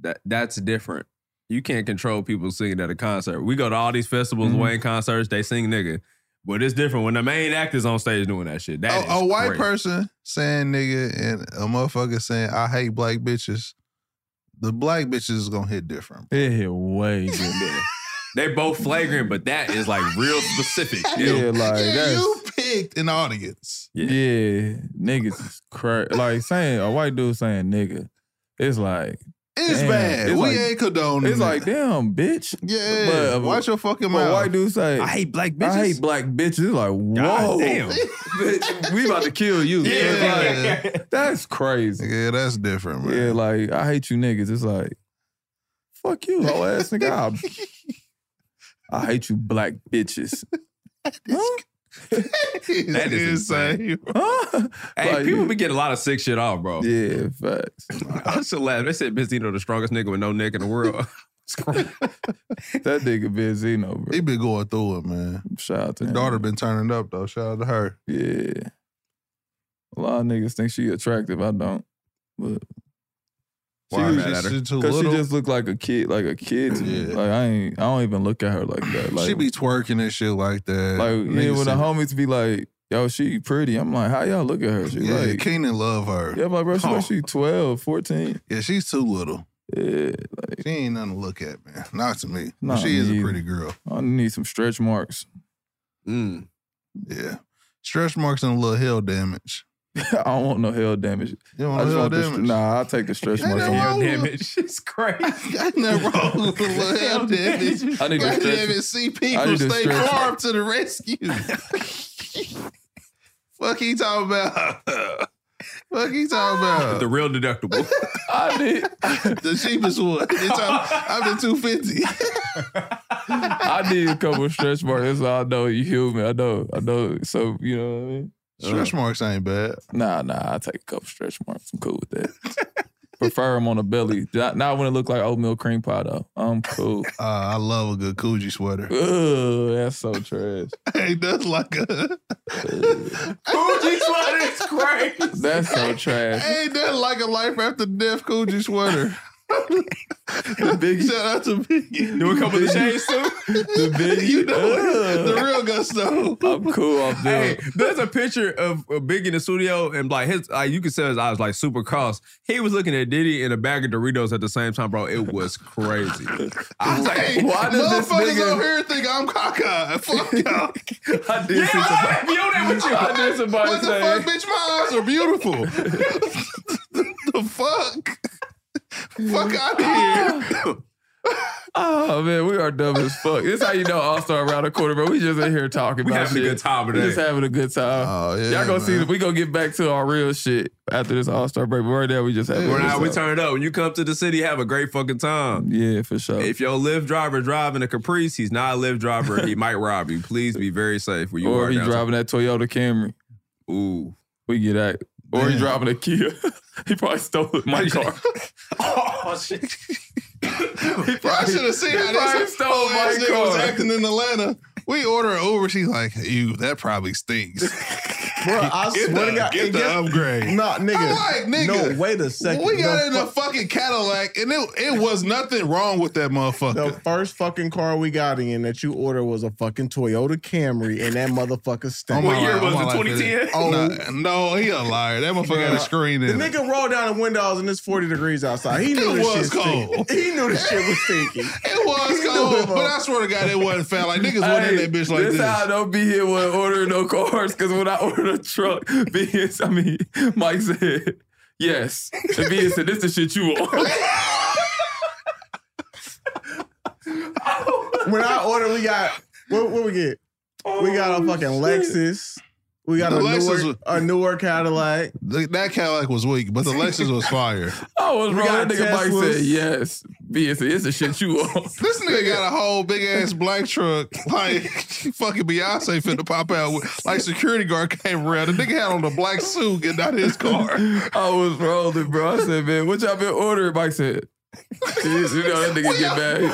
S2: that that's different. You can't control people singing at a concert. We go to all these festivals, Wayne concerts, they sing nigga. But it's different when the main actor's on stage doing that shit. That
S3: a,
S2: is
S3: a white
S2: crazy.
S3: person saying nigga and a motherfucker saying I hate black bitches. The black bitches is gonna hit different.
S1: It hit way good.
S2: They both flagrant, but that is like real specific.
S1: yeah, like
S3: Yeah,
S1: that's
S3: you picked an audience.
S1: yeah. niggas is crazy. like saying a white dude saying nigga, it's like
S3: It's
S1: damn,
S3: bad.
S1: It's
S3: we
S1: like,
S3: ain't condoning.
S1: it's
S3: it.
S1: like damn bitch.
S3: yeah.
S1: but-
S3: watch your fucking
S1: But
S3: mouth.
S1: white dude say
S2: Mm. I hate black bitches.
S1: I hate black bitches. It's like whoa,
S2: God damn.
S1: bitch, (laughs) we about to kill you. It's like,
S3: yeah,
S1: that's crazy.
S3: yeah, that's different, man.
S1: Yeah, like I hate you niggas. It's like fuck you, whole ass nigga. I-
S3: (laughs)
S1: I hate you, black bitches.
S3: (laughs)
S2: That is
S3: insane.
S1: Huh?
S2: (laughs) Hey,
S1: Like,
S2: people be getting a lot of sick shit off,
S3: Oh.
S2: bro.
S1: yeah, facts.
S2: (laughs) I should laugh. They said Benzino the strongest nigga with no neck in the
S1: (laughs)
S2: world. (laughs) It's crazy.
S1: That nigga Benzino, bro.
S3: He been going through it, man.
S1: Shout out to
S3: His
S1: him.
S3: daughter been turning up though. Shout out to her.
S1: Yeah. A lot of niggas think she attractive. I don't. But she,
S3: Why
S1: was-
S3: mad at her? She too
S1: Cause she
S3: little.
S1: just look like a kid, like a kid to me.
S3: Yeah.
S1: Like I ain't I don't even look at her like that. Like,
S3: she be twerking and shit like that.
S1: like yeah,
S3: Niggas
S1: when the
S3: say-
S1: homies be like, yo, she pretty. I'm like, how y'all look at her? She
S3: yeah,
S1: like
S3: Keenan love her.
S1: Yeah, I'm like, bro, she,
S3: Huh.
S1: like, she 12, 14.
S3: Yeah, she's too little.
S1: Yeah.
S3: She ain't nothing to look at, man. (laughs) Not to me.
S1: Nah,
S3: she is
S1: me
S3: a
S1: either.
S3: pretty girl.
S1: I need some stretch marks. (laughs)
S2: Mm.
S3: Yeah. Stretch marks and a little hell damage.
S1: I don't want no hell damage.
S3: You
S1: I
S3: want
S1: just
S3: hell
S1: want the
S3: damage?
S1: str- nah, I'll take the stretch
S3: (laughs) Ain't
S1: marks.
S3: nothing wrong with-
S2: (laughs) Damn it. She's crazy.
S3: (laughs) Ain't nothing wrong with a (laughs) little hell damage.
S1: I need to
S3: God damn (laughs)
S1: stretch.
S3: it, CP
S1: I
S3: from
S1: need to
S3: State
S1: stretch-
S3: Farm to the rescue. Fuck he talking about? Fuck he talking about?
S2: The real
S3: (laughs)
S2: deductible.
S1: I need
S3: The cheapest one. They talking- I'm the 250.
S1: I need a couple stretch marks. That's all I know you human. I know. I know. So you know what I mean?
S3: (laughs) Stretch marks ain't bad.
S1: Nah, nah. I take a couple stretch marks. I'm cool with that.
S3: (laughs)
S1: Prefer them on the belly. Not, not when it look like oatmeal cream pie though. I'm cool. (laughs)
S3: Uh, I love a good Coogee sweater.
S1: Ugh, that's so trash.
S3: (laughs) Ain't nothing like a
S2: Coogee sweater is crazy.
S1: That's so trash.
S3: ain't nothing like a life after death Coogee sweater.
S1: Biggie.
S3: Shout out to Biggie.
S2: Do we come
S1: (laughs)
S2: with the shades too?
S1: The big,
S3: (laughs) You know it. The real gusto.
S1: I'm cool off there.
S2: Hey, there's a picture of uh, Big in the studio, and like his, like you could tell his eyes like super cross. He was looking at Diddy and a bag of Doritos at the same time, bro. It was crazy. I was like,
S3: Hey,
S2: why does this
S3: motherfuckers
S2: nigga?
S3: over here think I'm cockeyed? Fuck (laughs) y'all.
S1: I did
S2: Yeah,
S1: see somebody.
S2: I be on that with you.
S1: I did somebody
S3: What the
S1: say.
S3: fuck, bitch? My eyes are beautiful. (laughs) the fuck? (laughs) fuck out of here.
S1: Oh man, we are dumb as fuck. This how you know All Star around the corner, bro. We just in here talking
S2: We
S1: about
S2: having a
S1: shit.
S2: good time
S1: We just
S2: today.
S1: having a good time.
S3: (gasps) Oh, yeah,
S1: Y'all gonna see
S3: man.
S1: we gonna get back to our real shit after this All Star break. But right now we just having a
S2: We're
S1: good
S2: not, we
S1: time.
S2: turn it up. When you come to the city, have a great fucking time.
S1: Yeah, for sure.
S2: If your live driver driving a Caprice, he's not a live driver. He might rob you. Please be very safe where you
S1: or
S2: are.
S1: he
S2: downtown.
S1: driving that Toyota Camry,
S3: (laughs)
S2: Ooh.
S1: we get out. Or he
S3: Damn.
S1: driving a Kia. (laughs) he probably stole my car.
S2: (laughs) Oh shit.
S3: I should have seen how
S1: probably
S3: this
S1: stole
S3: whole
S1: my
S3: ass nigga was
S1: car.
S3: acting in Atlanta. We order an Uber. She's like, "Ew, that probably stinks."
S4: Bro, I
S3: (laughs) Get
S4: swear
S3: the-
S4: to God,
S3: get
S4: and
S3: the
S4: guess-
S3: upgrade.
S4: Nah, nigga.
S3: I'm like, nigga,
S4: No, wait a second.
S3: We got
S4: The
S3: in a
S4: fu-
S3: fucking Cadillac, and it, it was nothing wrong with that motherfucker.
S4: The first fucking car we got in that you ordered was a fucking Toyota Camry, and that motherfucker stank.
S3: What year was it, 2010?
S4: Oh,
S3: no, he a liar. That motherfucker had a screen
S4: The
S3: in it.
S4: nigga rolled down the windows and it's 40 degrees outside. He
S3: (laughs)
S4: knew
S3: It
S4: this
S3: was
S4: shit
S3: cold.
S4: stinking. He knew the shit was stinking.
S3: It (laughs) was cold, but I swear to God, it wasn't foul. Like niggas went in
S1: Hey,
S3: that bitch like this.
S1: how I don't be here when ordering no cars. Because when I (laughs) ordered a truck, BS, I mean, Mike said, yes. And BS said, this the shit you want. (laughs)
S4: when I ordered, we got what, what we get? we got a fucking Lexus. We got
S3: Oh, The
S4: a
S3: Lexus
S4: newer,
S3: was-
S4: a newer Cadillac.
S3: The- that Cadillac was weak, but the Lexus was fire.
S1: I was
S4: We
S1: wrong. That
S4: got
S1: nigga Mike
S4: Teslas.
S1: said, yes. BS said, this the shit you want.
S4: (laughs)
S3: This nigga got a whole big ass black truck, like (laughs) fucking Beyonce finna pop out with. Like security guard came around, the nigga had on the black suit getting out of his car. (laughs)
S1: I was rolling, bro. I said, man, what y'all been ordering? Mike said, (laughs) "Jeez, you know that nigga
S4: (laughs)
S1: get mad.
S3: We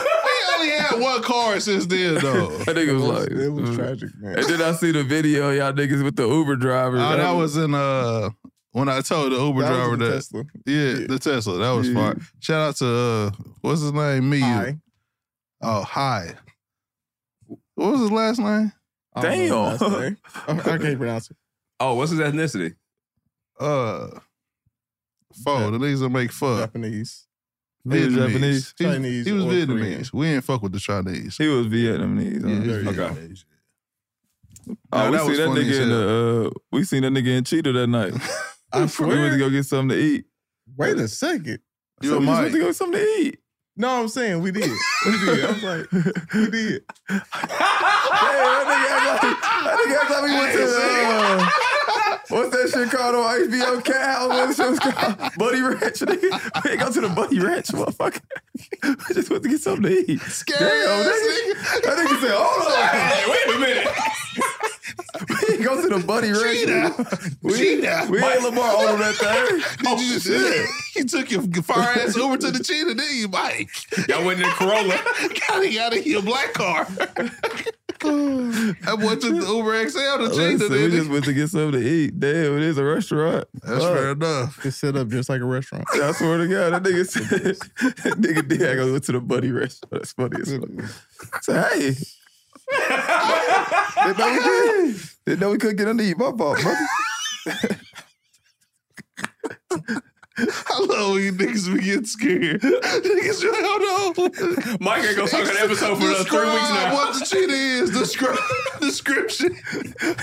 S3: only had one car since then, though.
S1: That nigga was like,
S4: It was
S1: "Mm."
S4: tragic, man.
S1: And then I see the video, y'all niggas with the Uber driver.
S3: Oh, that was in uh when I told the Uber
S4: That was
S3: driver
S4: in
S3: that.
S4: Tesla.
S3: Yeah, the Tesla. That was
S4: Yeah.
S3: fire. Shout out to uh what's his name? Me.
S4: Hi.
S3: Oh, hi. What was his last name?
S4: I don't know
S1: Damn.
S4: the
S1: (laughs)
S4: last name. I I can't pronounce it.
S2: Oh, what's his ethnicity?
S3: Uh Fo, the niggas that make pho.
S4: Japanese.
S1: He was
S3: Vietnamese.
S1: Japanese.
S3: He was-
S4: Chinese
S3: He was
S4: or
S3: Vietnamese. We ain't fuck with the Chinese.
S1: He was Vietnamese.
S3: Yeah,
S1: huh?
S3: he was
S2: Okay.
S3: Vietnamese.
S1: Oh,
S3: Nah,
S1: we
S3: that
S1: seen
S3: was
S1: that
S3: funny as
S1: nigga in
S3: hell.
S1: (laughs) the uh, we seen that nigga in Cheetah that
S3: (laughs)
S1: night. (laughs)
S4: I
S1: We went to
S4: swear.
S1: go get something to eat.
S4: Wait a second.
S3: You
S1: so we just
S3: and Mike.
S1: went to go get something to eat.
S4: No, I'm saying we did.
S3: (laughs)
S4: We did. I was
S1: (laughs)
S4: like, we did.
S1: Damn, that nigga act like, that nigga act like we went to uh, what's that shit called on HBO Cal? What that shit was called? Buddy Ranch. Nigga. (laughs) We ain't go to the Buddy Ranch, motherfucker. (laughs) I just went to get something to eat.
S3: Scary
S1: Damn,
S3: ass
S1: that nigga, that nigga said, hold on. (laughs) Wait a minute. We ain't go to the Buddy Ranch. We,
S3: Cheetah.
S1: we ain't Lamar over that thing.
S3: (laughs)
S1: Oh,
S3: Did you just (laughs) You took your fire ass over to the cheetah, didn't you, Mike?
S2: Y'all went in the Corolla.
S3: (laughs) Got him out of your black
S1: (laughs)
S3: car. that boy took the Uber XL to
S1: Listen, we
S3: cheetah, didn't
S1: just
S3: he?
S1: went to get something to eat. Damn, it is a restaurant.
S3: That's
S1: Fuck.
S3: fair enough.
S4: It's set up just like a restaurant.
S1: I swear to God, that nigga said, that nigga did I go to the buddy restaurant. That's funny as fuck. So, hey. they, know we could, they know we couldn't get under you. My fault, brother.
S3: I love when you niggas be getting scared. niggas be like, hold on.
S2: Mike ain't gonna talk about that episode for another three weeks
S3: Describe
S2: now.
S3: What the cheetah is? Describe description.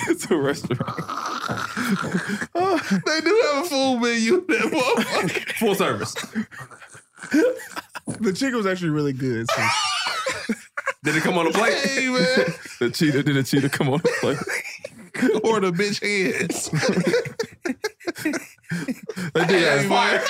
S1: it's a restaurant.
S3: They do have a full menu. in That motherfucker.
S2: Full service.
S4: The chicken was actually really good. so-
S2: (laughs) Did it come on a plate?
S3: hey man,
S1: The cheetah did a cheetah come on. Like,
S3: or the bitch (laughs) heads.
S1: they, do got,
S3: Hey, man.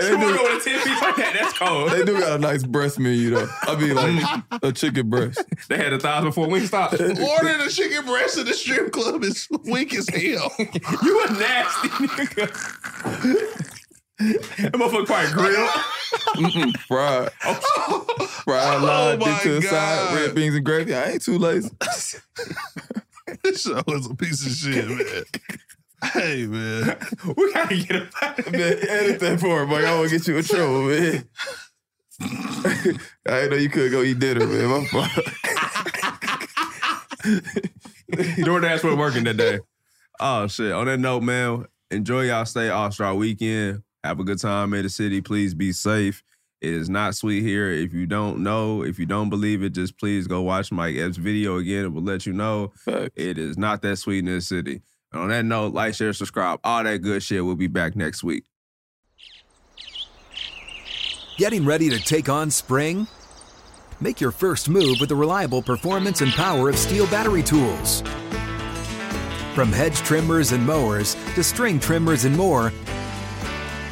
S1: they,
S2: Come on,
S1: do,
S2: go with a 10 piece like that. That's cold.
S1: they do got a nice breast menu, though. I mean, like a chicken breast.
S2: They had a thousand before we stopped. you
S3: Ordering a chicken breast at the strip club is weak as hell.
S2: a nasty nigga. that motherfucker probably grilled.
S1: Mm-mm, fried. Fried lard, dipped
S3: my
S1: to the
S3: God.
S1: side, red beans and gravy. I ain't too lazy.
S3: this show is a piece of shit, man. Hey man,
S2: We gotta get him out of
S1: Man, edit that part, Mike. I want to get you in trouble, man. (laughs) I didn't know you could go eat dinner, man. My fault.
S2: DoorDash wasn't working that day. Oh shit. On that note, man, enjoy y'all stay All Star Weekend. Have a good time in the city. Please be safe. It is not sweet here. If you don't know, if you don't believe it, just please go watch Mike Epps' video again. It will let you know it is not that sweet in this city. And on that note, like, share, subscribe, all that good shit. We'll be back next week.
S11: Getting ready to take on spring? Make your first move with the reliable performance and power of steel battery tools. From hedge trimmers and mowers to string trimmers and more,